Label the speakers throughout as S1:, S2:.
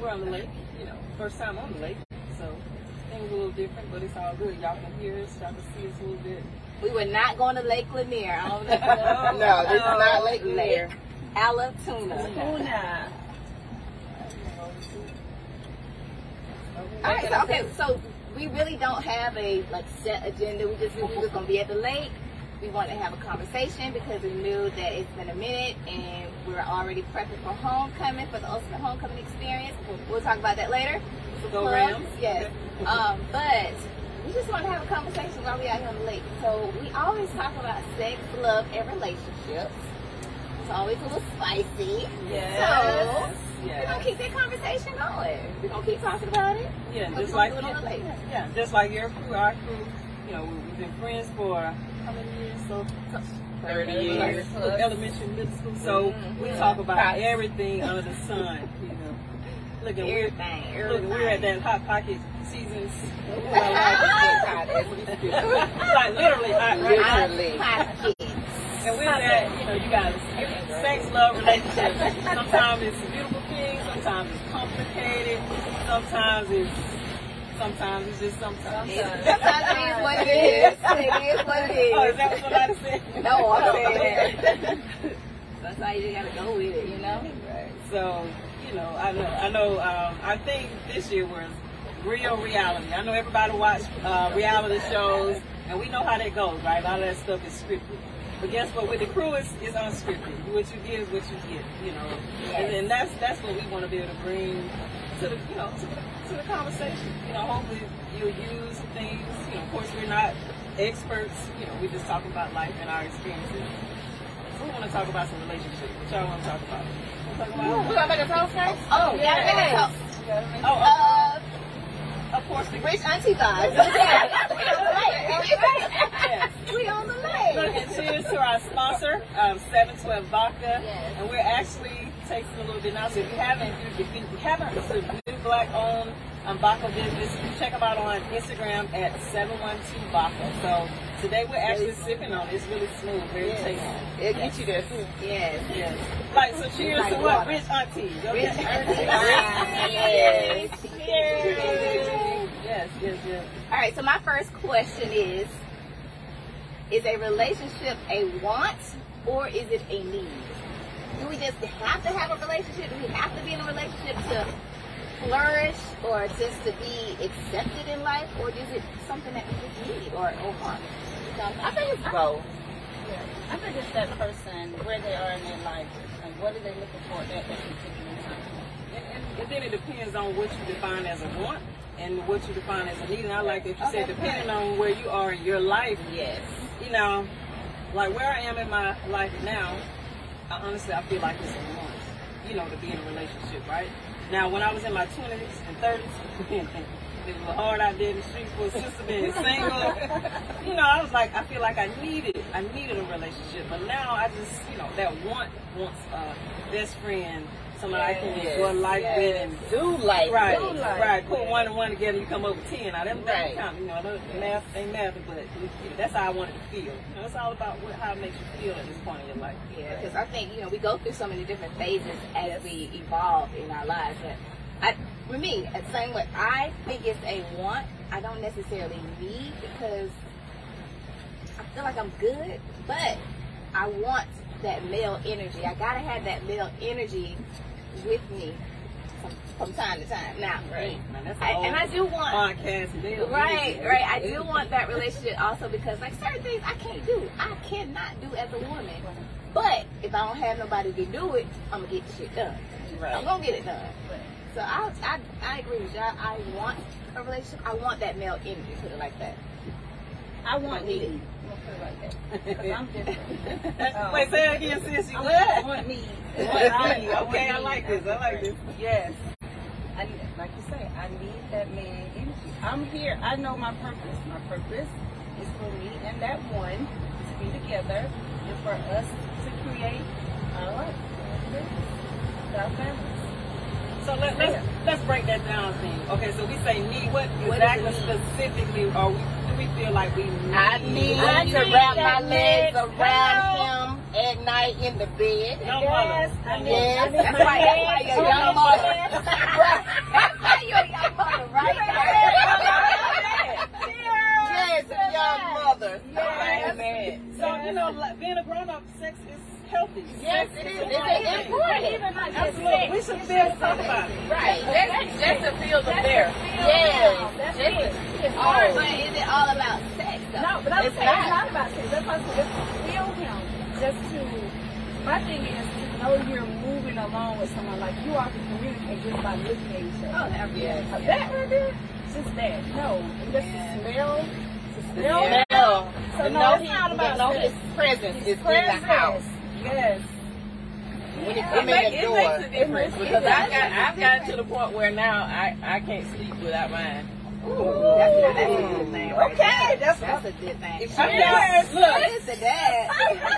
S1: we're on the lake, you know, first time on the lake. So things a little different, but it's all good. Y'all can hear us, y'all can see us a little bit.
S2: We were not going to Lake Lanier. I don't
S1: No,
S2: know.
S3: No, this is not Lake
S2: Lake
S3: Lanier.
S2: Alatuna.
S1: Luna.
S2: All right, so okay, so we really don't have a like set agenda. We just knew we was gonna be at the lake. We wanted to have a conversation because we knew that it's been a minute and we're already prepping for homecoming for the ultimate homecoming experience. We'll talk about that later.
S1: Go
S2: Clubs,
S1: Rams.
S2: Yes. Um, but we just want to have a conversation while we out here on the lake. So we always talk about sex, love, and relationships. It's always a little spicy.
S1: Yes.
S2: So we're
S1: yes.
S2: gonna keep that conversation going. We're gonna keep talking about it.
S1: Yeah,
S2: We're
S1: just
S2: gonna
S1: like
S2: do it on the lake.
S1: yeah, just like your crew, our crew. You know, we've been friends for how many years? So thirty years.
S2: Plus.
S1: From elementary, middle school. So
S2: Mhm.
S1: we
S2: Yeah.
S1: talk about
S2: Props.
S1: everything under the sun. You know, look at we're
S2: Everything.
S1: look,
S2: everything.
S1: we're at that hot pocket seasons.
S3: As we speak.
S1: like literally hot, right?
S3: Yeah.
S2: Out
S3: Literally.
S2: of pocket.
S1: And with that, you know, you got sex, love, relationships. Sometimes it's a beautiful thing, sometimes it's complicated, sometimes it's sometimes it's just sometimes.
S2: Sometimes it is what it is. It is what
S1: Oh,
S2: it
S1: is
S2: is.
S1: that what somebody said?
S2: No, I'm saying that. That's why you just gotta go with it, you know?
S1: So, you know, I know, I know, um, I think this year was real reality. I know everybody watched uh, reality shows, and we know how that goes, right? A lot of that stuff is scripted. But guess what? With the crew, it's, it's unscripted. What you get is what you get, you know. And, and that's that's what we want to be able to bring to the, you know, to the, to the conversation. You know, hopefully you'll use some things. You know, of course, we're not experts. You know, we're just talking about life and our experiences. So we want to talk about some relationships. What y'all want to talk about? Wanna talk about-
S3: Who got better toast first?
S2: Oh, yeah.
S1: Oh,
S2: Uh,
S1: of course, the
S2: rich auntie vibes.
S1: yes.
S2: We on the
S1: Okay,
S2: lake.
S1: Cheers to our sponsor, um, 712 Vodka.
S2: Yes.
S1: And we're actually taking a little bit now. So if you haven't, if you, if you haven't, it's a new black owned um, Vodka business. Check them out on Instagram at 712 Vodka. So today we're actually sipping on it. It's really smooth, very
S2: Yes.
S1: tasty.
S3: It'll get you there too.
S2: Yes.
S1: Yes. Like, so cheers
S2: Like
S1: to what?
S2: water.
S1: Rich Auntie.
S2: Rich
S1: Okay.
S2: auntie
S1: Yes.
S2: vibes. Yes.
S1: Yes, yes, yes.
S2: All right, so my first question is Is a relationship a want or is it a need? Do we just have to have a relationship? Do we have to be in a relationship to flourish or just to be accepted in life? Or is it something that we just need or, or want? I think it's both.
S3: Both.
S4: I think it's that person where they are in their life and what are they looking for at that particular time.
S1: And, and, and then it depends on what you define as a want and what you define as a need. And I like if you said depending on where you are in your life,
S4: Yes.
S1: you know, like where I am in my life now, I honestly I feel like it's a want, you know, to be in a relationship, right? Now when I was in my twenties and thirties, it was hard out there in the streets for a sister being single. You know, I was like, I feel like I needed, I needed a relationship, but now I just, you know, that want wants a best friend, somebody I can
S3: Yes.
S1: enjoy life with, and
S3: Do like
S1: Right,
S3: this.
S1: right. Put one and one together, you come over ten. Now them
S3: Right.
S1: things count. You know, those math ain't math, but you know, that's how I want it to feel. You know, it's all about what, how it makes you feel at this point in your life.
S2: Yeah, because I think you know we go through so many different phases as we evolve in our lives. But I, for me, it's same way. I think it's a want. I don't necessarily need because I feel like I'm good, but I want that male energy. I gotta have that male energy with me from, from time to time. Now,
S1: Right. Oh, Now, that's
S2: I, and I do want
S1: podcast deal.
S2: Right, right. I do want that relationship also because like certain things I can't do. I cannot do as a woman. But if I don't have nobody to do it, I'm gonna get the shit done. I'm
S1: Right.
S2: gonna get it done. So I, I, I agree with y'all. I want a relationship. I want that male energy. Put it like that.
S4: I want
S2: need
S4: need.
S2: it.
S4: I'm gonna put it like that. 'Cause I'm different.
S1: Wait, say it again, sis. You
S4: I
S1: what?
S4: want need.
S1: Okay, I like this. I like this.
S4: Yes. I, need- like you say, I need that man energy. I'm here. I know my purpose. My purpose is for me and that one to be together and for us to create our life, our business, our family.
S1: So let, let's let's break that down. Thing. Okay, so we say need. What
S2: What is
S1: exactly
S2: a need?
S1: specifically are we? Do we feel like we need?
S3: I need
S4: I
S3: to
S4: need
S3: wrap my
S4: that
S3: legs
S4: leg.
S3: around him at night in the bed.
S1: No
S4: Yes,
S1: mother.
S4: I
S1: No
S4: need-
S1: mother.
S3: Yes.
S2: That's why. That's why you're a young mother.
S3: Right.
S1: talk about it.
S3: Right. That's, that's a field of there.
S4: Yes.
S3: That's
S4: Yes.
S3: it.
S4: It's
S2: Or,
S4: hard,
S2: but is it all about sex? Though?
S4: No, but I would
S3: It's
S4: say
S3: not.
S4: it's not about sex. That's why I said just to feel him. Just to my thing is to know you're moving along with someone. Like you all can communicate just by looking at each
S2: Oh,
S4: other.
S2: that
S3: Yes.
S4: Uh, That right there, just that. No, and just
S2: Yeah.
S4: to smell. To smell.
S3: The smell.
S4: So
S3: The
S4: no,
S3: know
S4: it's not
S3: he-
S4: about
S3: the know
S4: sex.
S3: his presence is in
S4: Presence.
S3: the house.
S4: Yes.
S3: When you
S1: It,
S3: come
S1: make-
S3: in the
S1: it
S3: door.
S1: makes a difference
S4: It
S1: because
S4: does
S1: I've got
S4: make a
S1: I've gotten to the point where now I, I can't sleep without mine.
S2: That's, a- that's a good thing. Right
S4: Okay, that's what.
S2: That's a good thing.
S3: It's
S1: I'm
S3: Yes.
S1: not- look,
S2: What is the dad?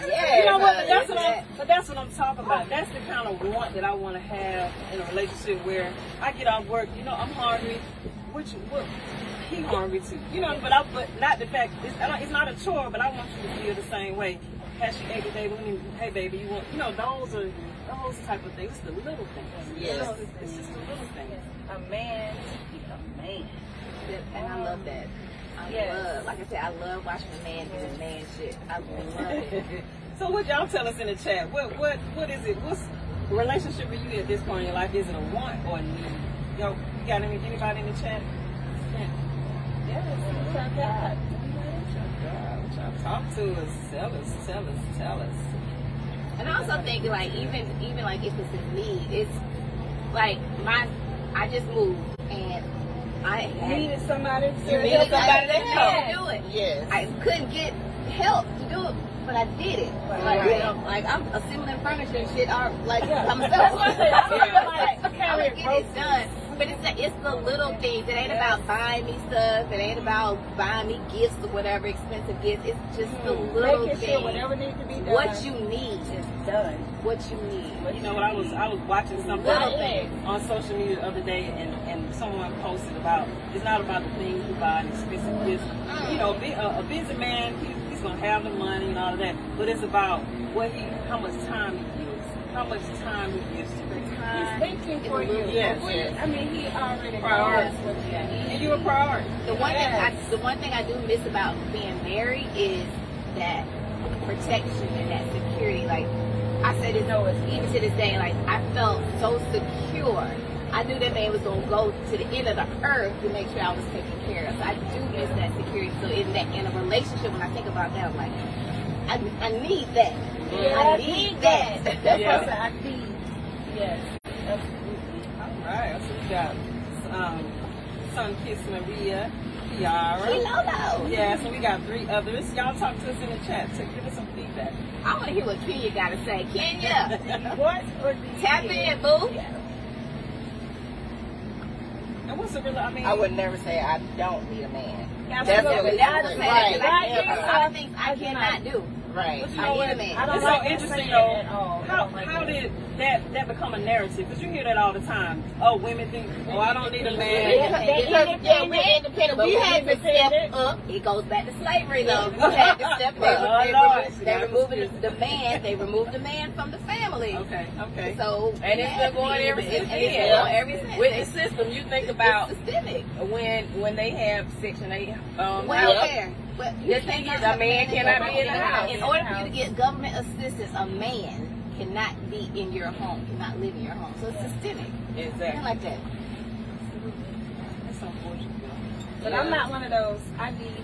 S3: Yes.
S1: you know what?
S2: but
S1: But that's
S2: it's
S1: what,
S2: that-
S1: I'm, but that's what I'm talking about. That's the kind of want that I want to have in a relationship where I get off work. You know, I'm hungry. What you what? He hungry too. You know, but I but not the fact. It's, I don't, it's not a chore, but I want you to feel the same way. Has she ate today? When you- hey baby, you want? You know, those are those type of things. It's the little things. You
S3: Yes.
S1: know, it's, it's just the little things.
S4: A man, be a man.
S2: And I love that. I
S4: Yes.
S2: love, like I said, I love watching a man do the man shit. I love it.
S1: So what y'all tell us in the chat? What what what is it? What's relationship are you in at this point in your life? Is it a want or a need? Yo, you got any anybody in the chat?
S4: Yes, God.
S1: Oh, Y'all Talk to us, tell us, tell us, tell us.
S2: And I also think like even even like if it's a need, it's like my I just moved and I
S4: You
S2: had
S4: needed somebody to
S3: You needed
S2: I
S3: somebody
S2: couldn't
S3: that
S2: do it.
S3: Yes.
S2: I couldn't get help to do it, but I did it. Like,
S4: Right.
S2: I'm, like I'm assembling furniture and shit, or like
S4: Yeah.
S2: I'm
S4: That's what I said. I was
S2: like,
S4: like,
S2: I'm
S4: carry
S2: gonna
S4: it,
S2: get it done. But it's the, it's the little things. It ain't about buying me stuff. It ain't about buying me gifts or whatever expensive gifts. It's just the little
S4: Hmm. Making sure
S2: things.
S4: whatever needs to be done.
S2: What you need is
S4: is done.
S2: what you need.
S1: You know what? I was I was watching
S2: Little
S1: something
S2: things.
S1: on social media the other day, and, and someone posted about it's not about the things you buy and expensive gifts. You know, be, a, a busy man, he, he's gonna have the money and all of that, but it's about what he, how much time he gives, how much time he gives to you.
S4: He's thinking for you.
S1: Yes, yes.
S4: I mean, he already
S1: Priority.
S4: knows what you
S1: And
S4: need.
S1: you a priority.
S2: The one thing I, the one thing I do miss about being married is that protection and that security. Like I said, it's always even to this day. Like I felt so secure. I knew that man was gonna go to the end of the earth to make sure I was taken care of. So I do miss that security. So in that in a relationship, when I think about that, I'm like, I, I need that. I need that.
S4: That's
S1: Yeah.
S4: what I said, I need. Yes, absolutely.
S1: All right, that's what we got. Um, Sun Kiss Maria,
S2: She
S1: Kiara.
S2: Lolo.
S1: Yeah, so we got three others. Y'all talk to us in the chat to give us some feedback.
S2: I want to hear what Kenya got to say. Kenya,
S4: What or do
S2: tap
S4: you
S2: in, boo.
S1: And what's the real? I mean,
S3: I would never say I don't need a man.
S4: Absolutely.
S3: Definitely.
S2: That's the fact.
S4: Right.
S2: Like, there's a lot of things I cannot do.
S3: Right.
S1: you
S2: I
S1: know
S2: need
S1: what?
S2: a man.
S4: I don't
S1: It's
S4: like
S1: so
S4: that
S1: interesting though.
S4: saying at all. I
S1: How
S4: don't like
S1: how
S4: that.
S1: did that that become a narrative? Because you hear that all the time. Oh, women think, oh, I don't need a man.
S2: Because-
S3: They
S2: because, yeah, we're independent,
S3: independent,
S2: but
S3: we
S2: we had to step
S3: independent.
S2: up. It goes back to slavery, though. We had to step
S3: They
S1: were-
S5: Oh,
S2: up.
S1: they
S2: They,
S1: were-
S2: removed- they removed the, the man. They removed the man from the family.
S1: Okay, okay.
S2: So
S5: And it's been going ever
S2: nasty,
S5: since
S2: and it's
S5: then.
S2: been going ever since.
S5: With the system, you think about
S2: It's systemic
S5: when when they have Section 8 um,
S2: welfare. But you
S5: The thing
S2: cannot
S5: is, a
S2: put
S5: man
S2: in
S5: cannot
S2: your
S5: be in the house.
S2: In order for you to get government assistance, a man cannot be in your home, cannot live in your home. So it's systemic. I
S5: exactly.
S2: like that.
S1: That's unfortunate.
S4: But I'm not one of those. I need.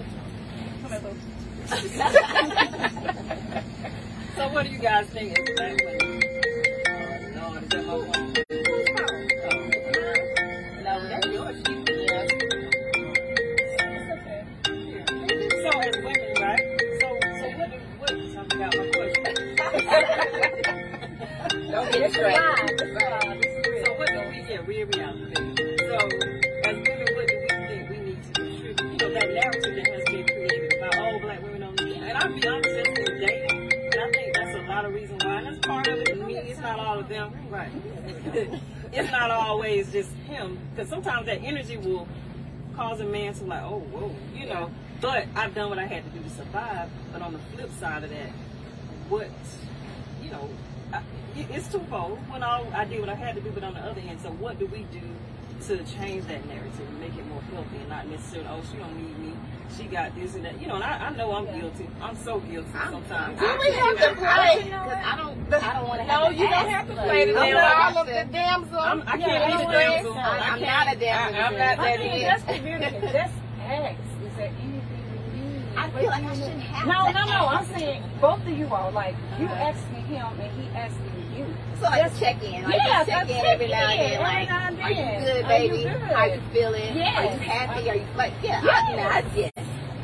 S4: Come here, boo.
S1: So what do you guys think? Is that what- Oh, Lord, is that my phone?
S2: No, that's yours.
S1: So as women, right? So so what do what I forgot my question.
S3: Don't get straight.
S4: uh,
S1: So what do we get? We're reality. So as women, what do we think we need to contribute? You know, that narrative that has been created about oh black women don't need and I'll be honest, that's been dating. And I think that's a lot of reason why and that's part of it. I mean it's not all of them. Right. it's not always just him. Because sometimes that energy will cause a man to like, oh whoa, you know. But I've done what I had to do to survive. But on the flip side of that, what you know, I, it- it's twofold. When all I did what I had to do, but on the other hand, so what do we do to change that narrative and make it more healthy and not necessarily, oh, she don't need me. She got this and that. You know, and I, I know I'm guilty. I'm so guilty sometimes.
S3: I would have to
S2: I,
S3: play.
S2: I don't, I don't want to have
S5: No,
S2: to
S5: you don't
S2: ask,
S5: have to
S2: but-
S5: play the
S3: I'm
S5: damn
S3: not all
S5: life.
S3: of the damsel.
S1: I'm, I
S3: Yeah,
S1: can't be the
S3: anyway,
S1: damsel.
S3: I-
S1: I
S2: I'm
S1: can't-
S2: not a damsel.
S5: I- I'm
S4: I
S5: not that
S4: think
S5: is.
S4: that's communicative. That's ask. Is there anything you need?
S2: I feel like I shouldn't have
S4: No,
S2: to
S4: no, no.
S2: ask.
S4: I'm saying both of you all. Like you asking him and he asking you.
S2: So like just check in, like
S4: Yeah,
S2: just check
S4: just
S2: in every
S4: check
S2: now and
S4: in
S2: then,
S4: every
S2: like,
S4: now and
S2: are
S4: then.
S2: you good,
S4: Are you
S2: baby?
S4: good?
S2: How you feeling? Are you
S4: Yes.
S2: happy? Are you like, yeah,
S4: Yes.
S2: I, you know, I, yes,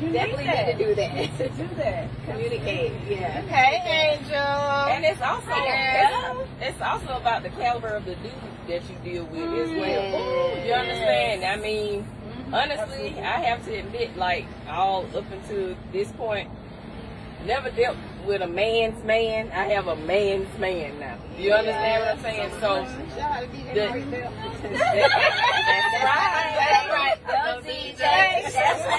S4: You
S2: definitely
S4: need that.
S2: need to do
S4: need to
S2: that.
S4: do that.
S2: Communicate, yeah.
S3: Hey, Angel.
S5: And it's also
S2: Yeah.
S5: it's, it's also about the caliber of the dude that you deal with as well.
S1: Mm.
S2: Yes.
S5: You understand? I mean, honestly, I have to admit, like all up until this point, never dealt with a man's man. I have a man's man now. You understand what I'm saying? So the, that's right.
S2: Go DJ.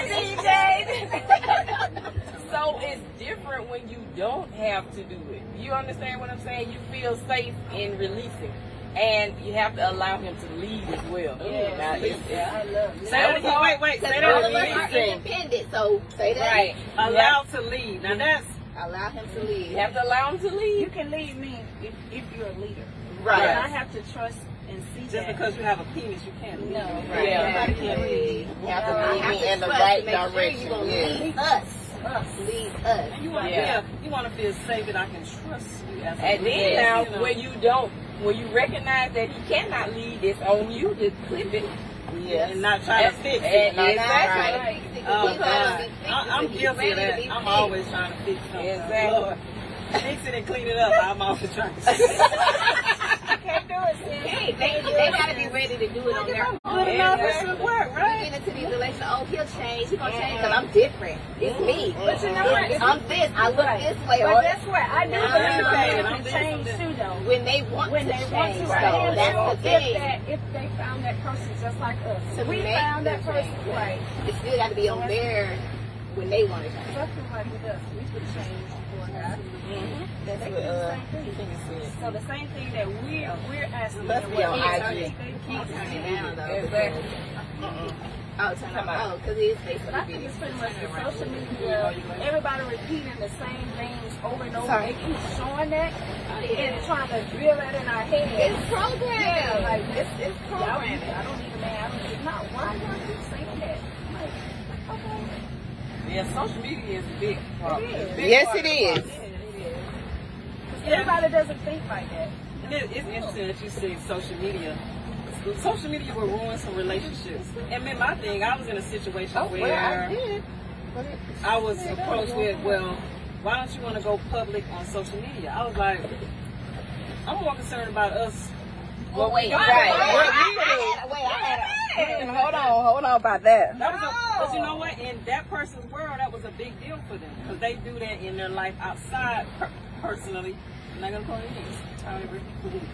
S2: Yes,
S5: So it's different when you don't have to do it. You understand what I'm saying? You feel safe in releasing. And you have to allow him to lead as well.
S4: Yeah.
S5: Now, it's- it's-
S4: I love
S1: Say
S4: it.
S1: that again. Wait, wait. Say
S2: Because
S1: that
S2: all of us
S1: again.
S2: are independent, so say that.
S5: right.
S1: Allowed to lead. Now that's
S2: Allow him to leave.
S5: You have to allow him to
S4: You
S5: lead.
S4: can lead me if, if you're a leader.
S2: Right.
S4: And I have to trust and see
S1: just
S4: that.
S1: because you have a penis, you can't lead.
S4: No.
S3: Right.
S5: Yeah.
S1: Everybody can't lead.
S3: You have to
S2: I
S3: lead
S2: have
S3: me
S2: to
S3: in the
S2: trust
S3: right
S2: to make sure you
S3: direction.
S2: gonna
S3: Yes.
S2: Lead us.
S4: Us.
S2: Lead us.
S1: You want to
S5: Yeah.
S1: feel, you want to feel safe that I can trust you as a
S5: And then
S1: leader,
S5: now,
S1: you know.
S5: when you don't, when you recognize that he cannot lead, it's on you to clip it.
S3: Yes.
S1: and not try to fix it.
S5: And-
S3: Not
S5: exactly.
S3: right.
S1: Oh, God. I- I'm guilty of that. I'm always trying to fix something.
S5: Exactly.
S1: Lord, fix it and clean it up. I'm always trying to fix it.
S4: You can't do it, sis.
S2: Hey, they, they gotta be ready to do it on their own.
S1: Good enough, it should work,
S2: You
S1: right?
S2: get into these relations, oh, he'll change. He's gonna change because I'm different. It's me.
S4: But you know what?
S2: It's- I'm this. I look
S4: Right.
S2: this way.
S4: But
S2: Or
S4: guess what? I do
S2: Nah.
S1: I'm
S4: believe
S1: doing
S4: that change
S1: something.
S4: too, though.
S2: when they want
S4: when
S2: to
S4: they
S2: change,
S4: want to.
S2: though,
S4: And
S2: that's the
S4: if
S2: thing.
S4: that- If they found that person just like us,
S2: To
S4: we
S2: make
S4: found that
S2: the
S4: person
S2: change.
S4: right.
S2: It still gotta be on their when they want to change.
S4: Something like with us, we could change for God. That's
S3: what, uh,
S4: the same thing. So the same thing that we're we're asking.
S3: Let's
S4: them
S3: be
S4: what
S3: on
S4: we
S3: IG.
S4: think they
S2: Keep
S4: want.
S2: turning down though.
S5: Exactly.
S2: Oh, turn up.
S3: Come on.
S2: Oh, because it is Facebook.
S4: But I think it's pretty much the social media. Everybody repeating the same things over and over. They keep showing that and trying to drill that in our heads.
S2: It's programmed.
S4: Yeah, like this is
S2: programming.
S4: programming. I don't need a man. I don't need not why do I keep saying that? Like, okay.
S5: Yeah, social media is a big problem.
S4: It is.
S3: Yes, it is.
S4: Everybody doesn't think like that.
S1: And it, it's interesting that you say social media. Social media will ruin some relationships. And then my thing, I was in a situation where
S3: Oh, Well, I did. But it-
S1: I was approached with, well, why don't you want to go public on social media? I was like, I'm more concerned about us.
S2: Well, wait.
S1: Right.
S2: Wait,
S1: What
S2: I-
S1: you
S2: I
S1: do.
S2: had a- Wait, I had a.
S1: Hold on.
S3: hold on about that.
S1: That was a, but you know what? In that person's world, that was a big deal for them because they do that in their life outside per- personally. I'm not gonna call it names, however.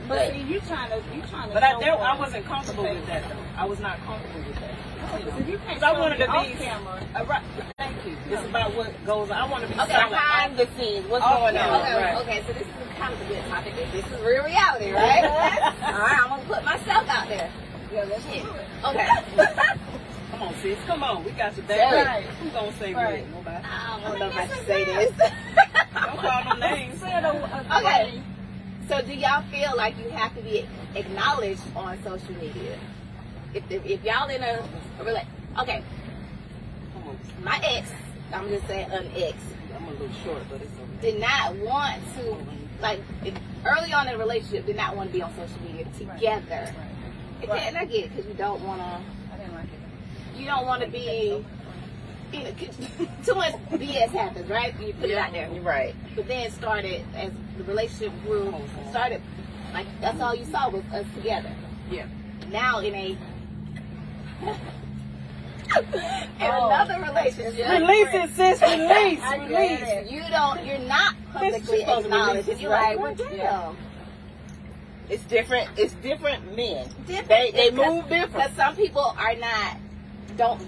S4: But see, you trying to, you trying to.
S1: But I,
S4: show
S1: there, I
S4: us.
S1: wasn't comfortable with that. Though. I was not comfortable with that.
S4: Because if you can't
S1: 'Cause I
S4: show
S1: wanted
S4: me
S1: to
S4: off
S1: be-
S4: camera.
S1: Uh, right. Thank you. It's about what goes. on. I want to be
S2: Okay,
S1: silent.
S2: behind
S3: the scenes, what's
S1: Oh,
S3: going
S1: yeah.
S3: on?
S2: Okay,
S1: Right.
S2: okay, so this is kind of a good topic. This is real reality, right? All right, I'm gonna put myself out there.
S4: Yeah, let's do
S2: Shit.
S4: it.
S2: Okay.
S1: Come on, sis. Come on. We got your
S3: Tell
S1: back.
S3: it.
S1: Right. Who gonna say
S4: Right.
S1: what? Nobody.
S2: I
S3: I
S2: don't
S3: don't know
S2: know
S3: if
S2: how
S3: I
S2: to
S3: should say this.
S1: Don't call them names.
S4: Said a, a
S2: Okay.
S4: thing.
S2: So, do y'all feel like you have to be acknowledged on social media? If if, if y'all in a, a rela- okay,
S1: Come on.
S2: my ex, I'm just saying an ex,
S1: I'm a little short, but it's okay.
S2: did not want to like if, early on in the relationship did not want to be on social media together. And
S4: Right.
S2: And I get it because you don't want to.
S4: I didn't like it.
S2: you don't want to be you know, too much BS happens, right? You put it out there,
S3: You're right.
S2: but then started as the relationship grew, started like that's all you saw was us together.
S1: Yeah.
S2: Now in a in
S4: Oh.
S2: another relationship,
S1: Release it, sis. Release.
S4: I get
S1: Release.
S4: it.
S2: you don't, you're not publicly
S1: supposed to release
S2: acknowledged.
S1: this,
S2: and You're
S1: right?
S2: like, well, damn.
S1: Yeah.
S3: It's different. It's different men.
S2: different.
S3: They- they
S2: Because-
S3: move different.
S2: Because some people are not don't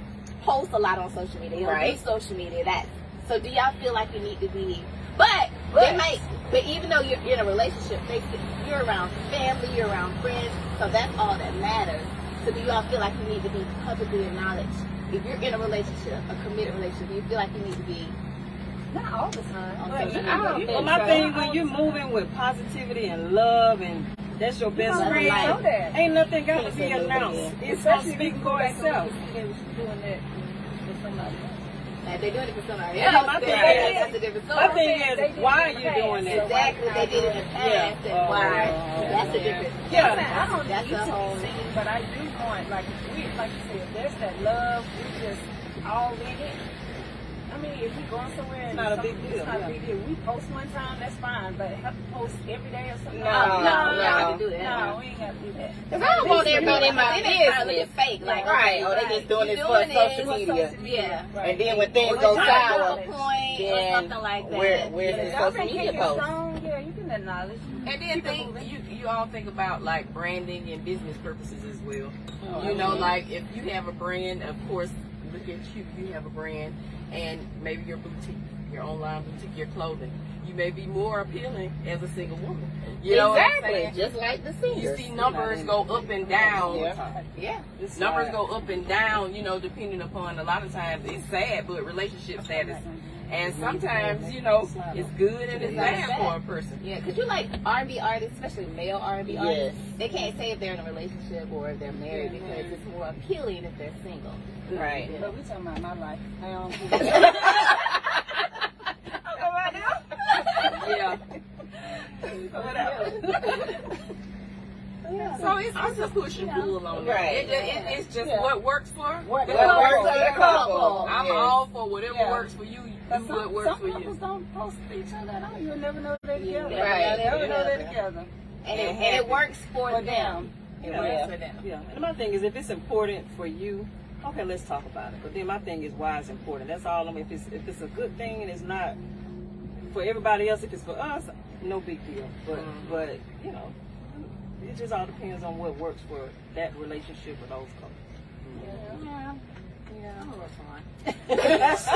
S2: post a lot on social media. They don't
S3: Right.
S2: do social media. That so do y'all feel like you need to be But, they might. But even though you're in a relationship, they, you're around family, you're around friends, so that's all that matters. So do you all feel like you need to be publicly acknowledged? If you're in a relationship, a committed relationship, do you feel like you need to be
S4: Not all the time.
S2: on
S1: But you
S2: social
S1: know, you
S2: media?
S1: know, my thing when you're moving with positivity and love and that's your best
S2: don't
S1: friend.
S2: like
S4: know that.
S1: Ain't nothing got to
S2: Can't
S1: be
S2: say no
S1: announced.
S2: to
S1: It's gonna speak for itself.
S4: Doing that with somebody.
S2: Like, they're doing it for somebody
S1: Yeah,
S2: else.
S1: my
S2: then
S1: thing
S2: that's a different
S1: My
S2: story.
S1: thing is, why are you doing that?
S2: Exactly, they did it in the past,
S1: Yeah.
S2: and why?
S1: Oh,
S2: that's a
S1: yeah.
S2: different.
S1: Yeah.
S4: I don't
S2: That's
S4: need
S2: a whole-
S4: to be seen, but I do want like if we like you said, if there's that love, we just all in it. I mean, if we going somewhere and
S1: It's not a
S4: something-
S1: big
S4: it's
S1: deal,
S4: not
S1: yeah.
S4: a big deal. We post one time, that's fine, but have to post every day or something.
S5: No,
S2: Oh, No, we don't
S5: no.
S2: have to do that.
S4: Oh, no, we ain't gotta do that.
S2: Cause I don't want everybody in my
S5: Then
S2: business.
S5: it's probably
S2: fake,
S4: like,
S2: right?
S3: oh, they just doing this for social media.
S2: Yeah.
S4: Right.
S3: And then when things
S2: Or
S3: go
S2: trying to prove a
S3: sour,
S2: point or
S3: then
S2: something like that.
S3: where, where's
S4: But
S3: the
S4: if y'all
S3: social
S4: think
S3: media
S4: it's
S3: post?
S4: strong, yeah, you can acknowledge.
S5: And then think you you all think about like branding and business purposes as well.
S3: Oh,
S5: You know, like if you have a brand, of course, look at you. You have a brand, and maybe your boutique, your online boutique, your clothing. You may be more appealing as a single woman. You know what I'm
S3: exactly,
S5: saying?
S3: just like the
S5: You
S3: singers.
S5: see numbers go up and down.
S3: Yeah.
S5: Yeah. Numbers go up and down, you know, depending upon a lot of times it's sad, but relationship status. And sometimes, you know, it's good and it's bad for a person.
S2: Yeah, cause you like R&B artists, especially male R&B
S3: Yes.
S2: artists. They can't say if they're in a relationship or if they're married because it's more appealing if they're single.
S5: Right.
S4: But we talking about my life. I don't give a-
S5: Yeah. So it's, it's a push and pull on that.
S3: Right.
S5: It, it, it- it's just
S4: Yeah.
S5: what works for.
S4: What-
S5: the
S3: What
S5: couple.
S3: works for the couple?
S5: I'm
S3: Yes.
S5: all for whatever
S4: Yeah.
S5: works for you. You
S4: But
S5: do
S4: some,
S5: what works
S4: some
S5: for
S4: couples
S5: you.
S4: don't post each other at all. You'll never know they're together.
S2: never
S3: know
S4: You'll never
S2: they're
S4: know they're
S2: together.
S4: together.
S2: And it, and it works for
S4: For
S2: them.
S4: them.
S1: You know,
S3: Yeah.
S5: For them.
S1: Yeah, and my thing is, if it's important for you, okay, let's talk about it. But then my thing is why it's important. That's all. I'm. If it's if it's a good thing and it's not for everybody else, if it's for us, no big deal. But
S5: Mhm.
S1: but you know, it just all depends on what works for that relationship with those couples.
S2: Yeah. Yeah.
S3: It's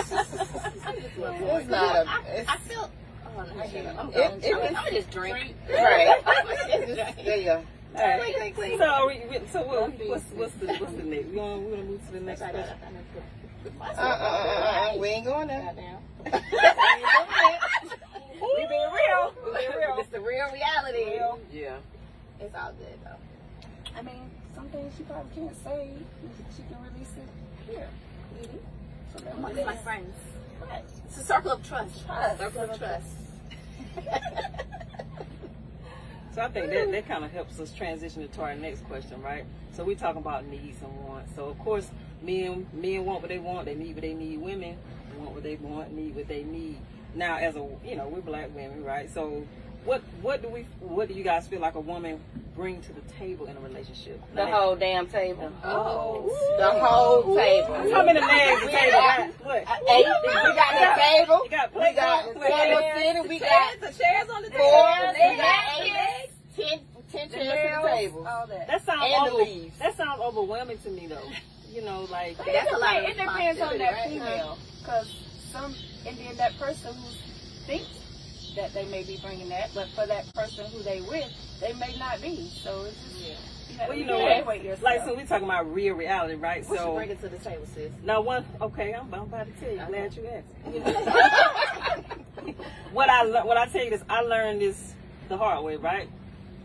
S3: not a, it's,
S2: I feel. Oh, no, I can't. I'm
S3: If-
S2: going.
S3: if
S2: I'm
S3: it's-
S2: gonna just drink.
S3: right. It's just- yeah.
S1: All right.
S2: Wait, wait, wait.
S1: So we, we, so what, what's what's the what's the next? We gonna we gonna move to the next
S2: Sorry,
S1: question.
S3: Uh, uh, uh, uh, uh, we ain't going there.
S2: Goddamn.
S4: We being real.
S1: Oh,
S4: We being real.
S2: It's the real reality.
S4: real.
S5: Yeah.
S2: It's all good though.
S4: I mean, some things she probably can't say. She can release it here. So that
S2: Amongst
S4: way-
S2: my friends. It's a circle of trust.
S4: Trust.
S2: Circle of trust.
S1: So I think that, that kind of helps us transition into our next question, right? So we talking about needs and wants. So of course, men men want what they want, they need what they need. Women want what they want, need what they need. Now, as a you know, we're black women, right? So what what do we what do you guys feel like a woman bring to the table in a relationship?
S3: The
S1: Like,
S3: whole damn table.
S1: oh,
S3: The whole table.
S1: how many legs?
S3: We
S1: we got?
S3: got-
S1: Look,
S3: Eight. We got the table.
S1: we got
S3: We got
S1: plates,
S3: the table. We got
S5: the chairs on the
S3: four. We
S2: Legs,
S3: got eight.
S2: legs.
S3: Ten, ten chairs to the table.
S4: All that.
S1: That sounds
S3: And the
S1: over,
S3: leaves.
S1: that sounds overwhelming to me though. You know, like
S2: That's a lot of
S4: It depends on
S2: responsibility,
S4: that
S2: right?
S4: female, because some, and then that person who thinks that they may be bringing that, but for that person who they with, they may not be. So it's just, you know,
S1: Well, you
S4: you
S1: know what?
S4: evaluate yourself.
S1: Like, so we talking about real reality, right?
S2: What you
S1: so,
S2: bringing to the table, sis?
S1: now one, okay, I'm, I'm about to tell you. Glad you asked. what I lear- what I tell you is, I learned this the hard way, right?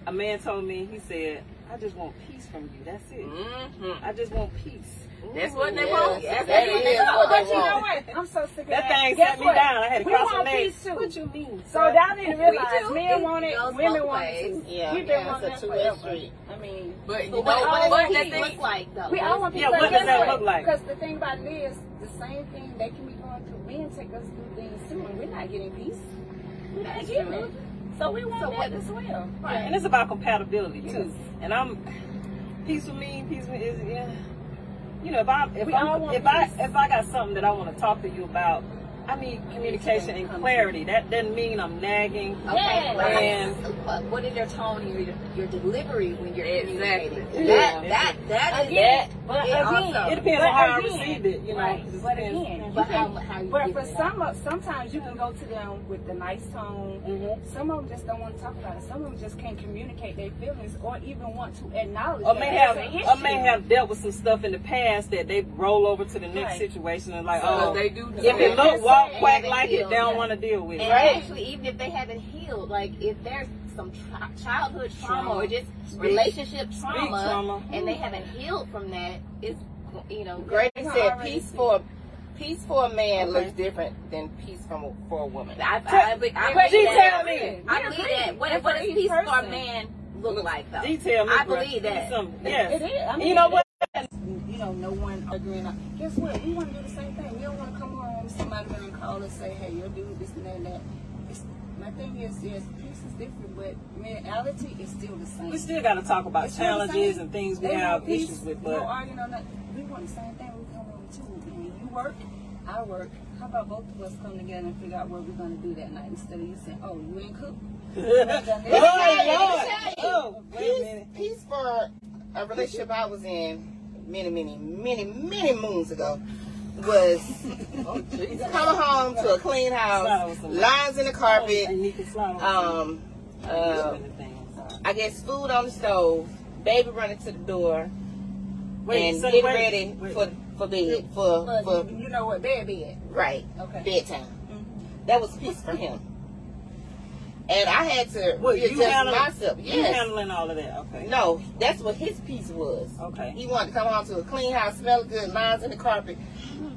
S1: A man told me, he said, "I just want peace from you. That's it.
S5: Mm-hmm.
S1: I just want peace."
S5: That's what they
S3: Yes,
S5: want. That's
S3: that
S5: what
S3: is
S5: they want.
S3: what
S4: but
S3: they
S4: you know
S3: want.
S4: what? I'm so sick of
S1: That
S4: that.
S1: thing
S4: Guess
S1: set me
S4: what?
S1: down. I had to
S4: We
S1: cross my
S4: want
S1: legs.
S4: peace too.
S1: What you mean?
S4: So y'all need to realize
S2: do.
S4: men
S2: It
S4: want it,
S2: goes
S4: women
S2: both
S4: want it.
S2: ways.
S4: too.
S3: Yeah,
S4: We've been
S3: yeah,
S4: wanting
S3: it's
S4: that
S3: a two-way
S4: forever.
S3: street.
S4: I mean,
S5: But you know
S2: But what
S5: what?
S2: all that
S5: What that
S2: look
S5: thing?
S2: like though?
S4: We all want
S1: Yeah,
S4: people.
S1: what does that look like?
S4: Because the thing about it is, the same thing they can be going through. Men take us through things too, and we're not getting peace. We're not
S2: That's
S4: getting
S2: true.
S4: it. So we want
S2: So
S4: that
S2: what-
S4: as well.
S1: And it's about compatibility too. And I'm peace with me, peace with is yeah. You know, if I if
S4: We
S1: I'm,
S4: all want
S1: if I
S4: peace.
S1: if I got something that I want to talk to you about, I mean communication and clarity. That doesn't mean I'm nagging.
S2: Okay.
S1: Yes.
S2: What, what is your tone and your, your delivery when you're
S5: Exactly.
S2: communicating?
S1: Yeah.
S2: That that that is
S4: Again,
S2: that.
S4: but
S2: it
S4: again,
S2: also-
S1: It depends on
S4: But
S1: how I
S4: again,
S1: received it, you know.
S4: right.
S1: It
S4: But
S1: depends.
S4: again,
S2: but how, how you
S4: But
S2: give
S4: for
S2: it
S4: some, of, sometimes you can go to them with the nice tone. Some of them just don't want to talk about it. Some of them just can't communicate their feelings or even want to acknowledge.
S1: Or
S4: that
S1: may have
S4: there's an
S1: or may
S4: issue.
S1: have dealt with some stuff in the past that they roll over to the next
S4: Right.
S1: situation and like,
S5: So
S1: oh,
S5: they do.
S1: if it
S5: that.
S1: look walk
S2: And
S1: quack
S2: they
S1: like it,
S2: feel
S1: they don't
S2: that.
S1: want to deal with
S2: And
S1: it.
S5: Right.
S2: actually, even if they haven't healed, like if there's some tra- childhood trauma or just
S1: Speech.
S2: relationship
S1: Big
S2: trauma,
S1: trauma.
S2: and they haven't healed from that, it's you know
S3: Grace
S4: They
S3: said
S4: already
S3: peace
S4: see.
S3: for peace for a man
S1: Okay.
S3: looks different than peace from a, for a woman.
S2: I, I, I, believe- I
S1: But
S2: believe
S1: detail
S2: that.
S1: me.
S2: I believe that. What, what does
S4: Different
S2: peace for a
S4: person.
S2: man look like though?
S1: Detail me.
S2: I
S1: bro.
S2: believe that.
S1: Some-
S4: It
S1: Yes.
S4: is. I mean,
S1: You know what?
S4: you know, no one agreeing. on- Guess what? We want to do the same thing. We don't want to come home, somebody gonna call us say, "Hey, your dude, this and that." And that. It's, my thing is, yes, peace is different, but reality is still the same.
S1: We still got to talk about
S4: It's still the
S1: challenges
S4: same.
S1: and things we
S4: They want
S1: have
S4: peace,
S1: issues with,
S4: no
S1: but
S4: arguing on that. We want the same thing. We come home too. When you work, I work. How about both of us come together and figure out what we're gonna do that night instead of you saying, "Oh, you ain't cook."
S1: oh Lord,
S3: Exactly.
S1: oh wait a
S3: Peace,
S1: minute.
S3: peace for a relationship I was in many, many, many, many moons ago was coming home to a clean house,
S1: Flowers and-
S3: lines in the
S1: And
S3: carpet,
S1: Nika Slaughter.
S3: um, uh, I guess food on the stove, baby running to the door, and get ready for for bed for
S4: But
S3: for
S4: you know what? Bed, bed.
S3: right
S4: Okay.
S3: bedtime.
S1: Mm-hmm.
S3: That was peace for him, and I had to
S1: Well, you
S3: readjust
S1: handle-
S3: myself.
S1: You
S3: Yes.
S1: handling all of that, okay?
S3: No, that's what his piece was.
S1: Okay.
S3: He wanted to come home to a clean house, smell good, lines in the carpet,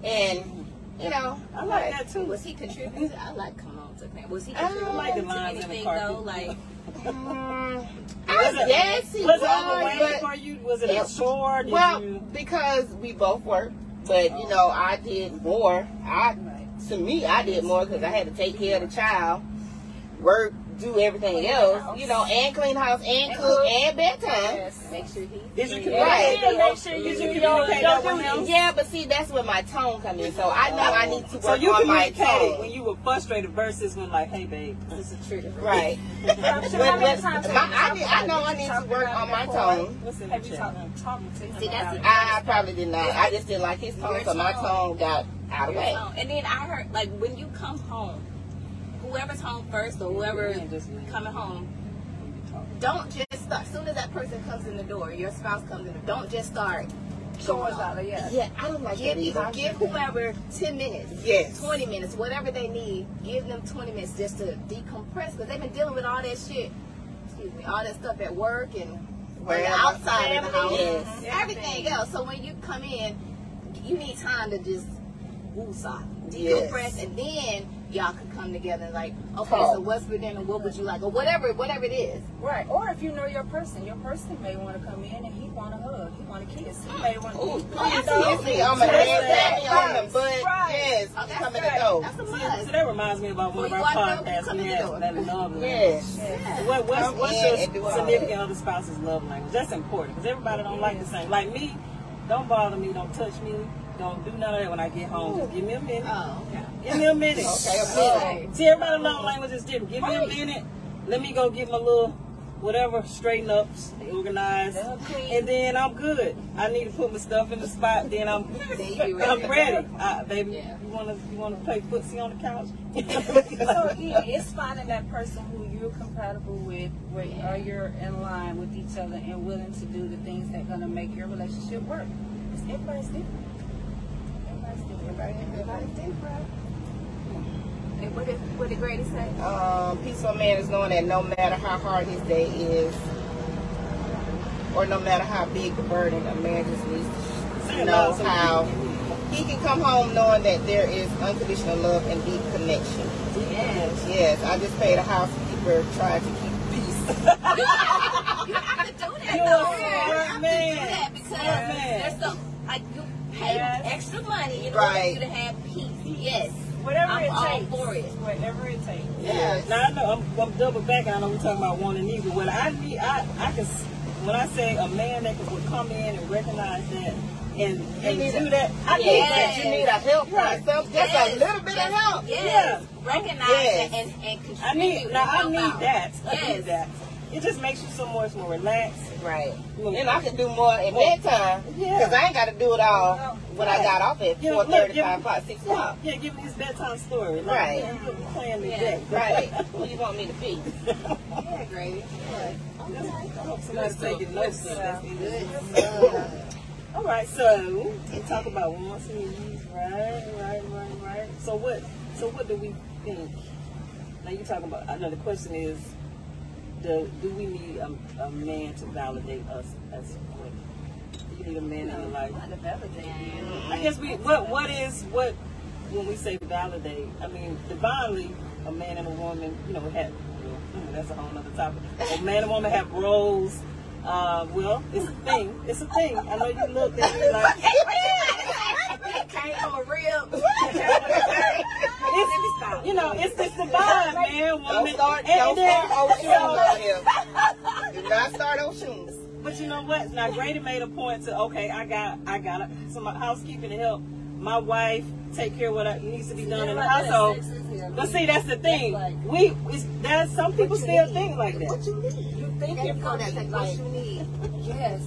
S3: and you know,
S1: I like that too.
S2: Was he contributing? I like come on to that. Was he
S3: I
S2: contributing
S1: Ah, like the
S2: to
S1: lines in the
S2: anything
S1: carpet.
S2: though? Like
S3: Mm,
S1: Was
S3: I
S1: it-
S3: guess he
S1: Was
S3: was,
S1: it overwhelming
S3: but
S1: for you? Was it
S3: Yeah.
S1: a chore? Did
S3: well,
S1: you?
S3: because we both worked, but you know, I did more. I to me, I did more because I had to take care of the child, work, do everything else, you know, and clean house, and cook, and bedtime.
S2: make sure
S1: Did
S2: he's
S1: you communicate?
S3: Right.
S1: Make sure you communicate over him.
S3: Yeah, but see, that's where my tone comes in. So I know I need to work
S1: So you
S3: on my
S1: communicated
S3: tone.
S1: when you were frustrated versus when like, hey babe,
S2: this is a trigger.
S3: Right.
S4: I'm sure
S3: When-
S4: how many
S3: when-
S4: times have
S3: my-
S4: you
S3: I,
S4: talked
S3: need-
S4: about
S3: I know
S4: it?
S3: I
S4: You
S3: need to
S4: talked
S3: work
S4: about
S3: on
S4: it
S3: my
S4: before?
S3: tone.
S1: what's in the
S4: Have you
S1: chat?
S4: talked, talked to him
S2: See, that's
S4: about
S2: the-
S4: it?
S3: I probably did not. I just didn't like his tone,
S2: Your
S3: so my
S2: tone.
S3: tone got out of whack.
S2: Oh, and then I heard like when you come home, whoever's home first or whoever
S1: Yeah, just leave.
S2: coming home, don't just start. Soon as that person comes in the door, your spouse comes in. Don't just start.
S4: Chores out of yeah.
S3: Yeah, I don't like
S2: Give
S3: that
S2: either
S3: either.
S2: give whoever ten minutes,
S3: Yes.
S2: twenty minutes, whatever they need. Give them twenty minutes just to decompress because they've been dealing with all that shit. Excuse me, all that stuff at work and
S3: Wherever.
S2: outside of the house,
S3: Yes.
S2: everything else. So when you come in, you need time to just woosah,
S3: Yes.
S2: decompress, and then y'all could come together and like, okay,
S3: Talk.
S2: so what's for dinner? What would you like? Or whatever, whatever it is.
S4: Right. Or if you know your person, your person may want to come in and he want to hug, he want to kiss, he may want
S3: Ooh,
S4: to.
S3: please
S2: Absolutely.
S3: kiss me on my
S1: That's
S3: head, pat me on the
S4: right.
S3: butt.
S4: Right.
S3: Yes,
S2: Oh, that's
S3: come in
S2: right.
S3: the door.
S2: That's a
S1: See,
S2: must.
S1: so that reminds me about one of
S2: When
S1: our
S2: you walk in,
S1: podcasts
S2: come in
S1: we
S2: the
S1: had
S2: door.
S1: that love language.
S3: Yes.
S2: Yeah.
S1: What, what's,
S3: Come
S1: what's
S3: in
S1: your
S3: and do all
S1: significant
S3: that.
S1: other spouse's love language? That's important because everybody don't like the same. Like me, don't bother me, don't touch me, don't do none of that when I get home. Just give me a minute.
S2: Oh, okay.
S1: Give me a minute. Oh.
S3: Okay, okay.
S1: See, everybody love language is different. Give me a minute. Let me go get my little whatever straighten up, organized, and then I'm good. I need to put my stuff in the spot. Then I'm
S2: Then you be
S1: I'm
S2: ready.
S1: ready. Uh, baby,
S2: Yeah.
S1: you wanna you wanna play footsie on the couch?
S4: So yeah, it's finding that person who you're compatible with, where or you're in line with each other and willing to do the things that gonna make your relationship work. It's everybody's different. Everybody's different. Everybody's different.
S2: And what did what did Grady say?
S3: Um, peaceful man is knowing that no matter how hard his day is, or no matter how big the burden, a man just needs
S1: Say
S3: to
S1: it
S3: know
S1: loud so we
S3: how he can come home knowing that there is unconditional love and deep connection.
S2: Yes.
S3: Yes, I just paid a housekeeper trying to keep peace.
S2: You have to do that
S1: You're
S2: though.
S1: a
S2: You have
S1: smart
S2: to
S1: man.
S2: do that because
S1: Smart man.
S2: there's so like you pay
S4: Yes.
S2: extra money in order for
S3: Right.
S2: you to have peace. Yes.
S4: Whatever
S2: I'm
S4: it
S2: all
S4: takes.
S2: for it.
S4: Whatever it takes.
S3: Yes.
S1: Now I know I'm, I'm double back. I know we're talking about wanting either. What I need, I I can s- when I say a man that could would come in and recognize that and, and
S3: need
S1: do
S3: a-
S1: that, I
S3: I
S1: need
S3: think
S1: that.
S3: that you need a help
S1: Right.
S3: or something. Just a
S2: Yes.
S3: little bit of help.
S2: Yes. Recognize
S3: Yes.
S2: it and, and contribute.
S1: I need
S2: and
S1: now. I
S2: help
S1: need
S2: out.
S1: that. I
S2: Yes.
S1: need that. It just makes you so much more relaxed.
S3: Right.
S1: Look.
S3: And I can do more at bedtime
S1: Yeah.
S3: because I ain't got to do it all when I
S1: Yeah.
S3: got off at
S1: Yeah,
S3: four
S1: look,
S3: thirty,
S1: yeah.
S3: five o'clock, six o'clock.
S1: Yeah, give me his bedtime story. Like,
S3: Right.
S1: yeah, you plan the
S2: Yeah.
S1: day.
S3: Right. Who you want me to be?
S2: Yeah, Grady.
S1: Somebody's taking notes. so that's good. All right, so we talk about wants and needs, right, right, right, right. So what? So what do we think? Now you talking about? I know the question is, do do we need a, a man to validate us as women? Do you need a man in your life?
S4: Not to validate you.
S1: I guess we what what is what when we say validate? I mean divinely, a man and a woman, you know, have hmm, that's a whole other topic. A man and woman have roles. Uh, well, it's a thing. It's a thing. I know you looked at me like
S2: Came from a real.
S1: it's, you know, it's this divine man,
S3: Don't
S1: woman,
S3: start.
S1: and
S3: Don't
S1: then-
S3: start oh, old shoes
S1: so-
S3: out here. Do not start old shoes.
S1: But you know what? Now Grady made a point to okay, I got I got some housekeeping to help my wife take care of what needs to be done in the household. But see, that's the thing. We it's, that's some people still think like that.
S4: You think you're
S2: Go down,
S4: funny.
S2: take what you need.
S4: Yes.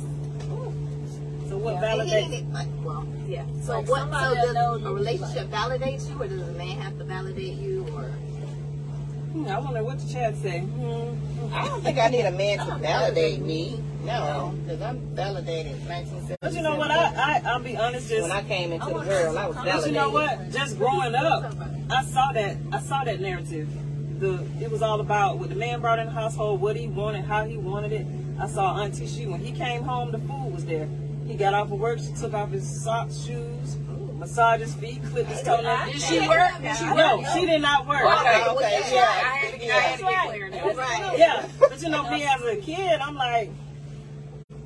S1: So what
S2: He
S1: validates?
S2: didn't- like, Well,
S4: Yeah.
S2: so
S4: Like,
S2: what?
S4: somebody
S2: So
S4: that know
S2: does
S4: you,
S2: a relationship validate you, or does a man have to validate you, or?
S1: Hmm, I wonder what the chat say. Hmm.
S3: I don't think I need a man to validate me. No, because I'm validated. 1970.
S1: But you know what? I, I I'll be honest. Just
S3: when I came into the world, I was
S1: But
S3: validated.
S1: you know what? Just growing up, I saw that. I saw that narrative. The it was all about what the man brought in the household, what he wanted, how he wanted it. I saw Auntie She when he came home, the food was there. He got off of work, she took off his socks, shoes, massaged his feet, clipped his toenails. Did she work? She, no, she did not work.
S3: Okay, okay, yeah.
S1: That's right. That's right. Yeah, but you know, me as a kid, I'm like,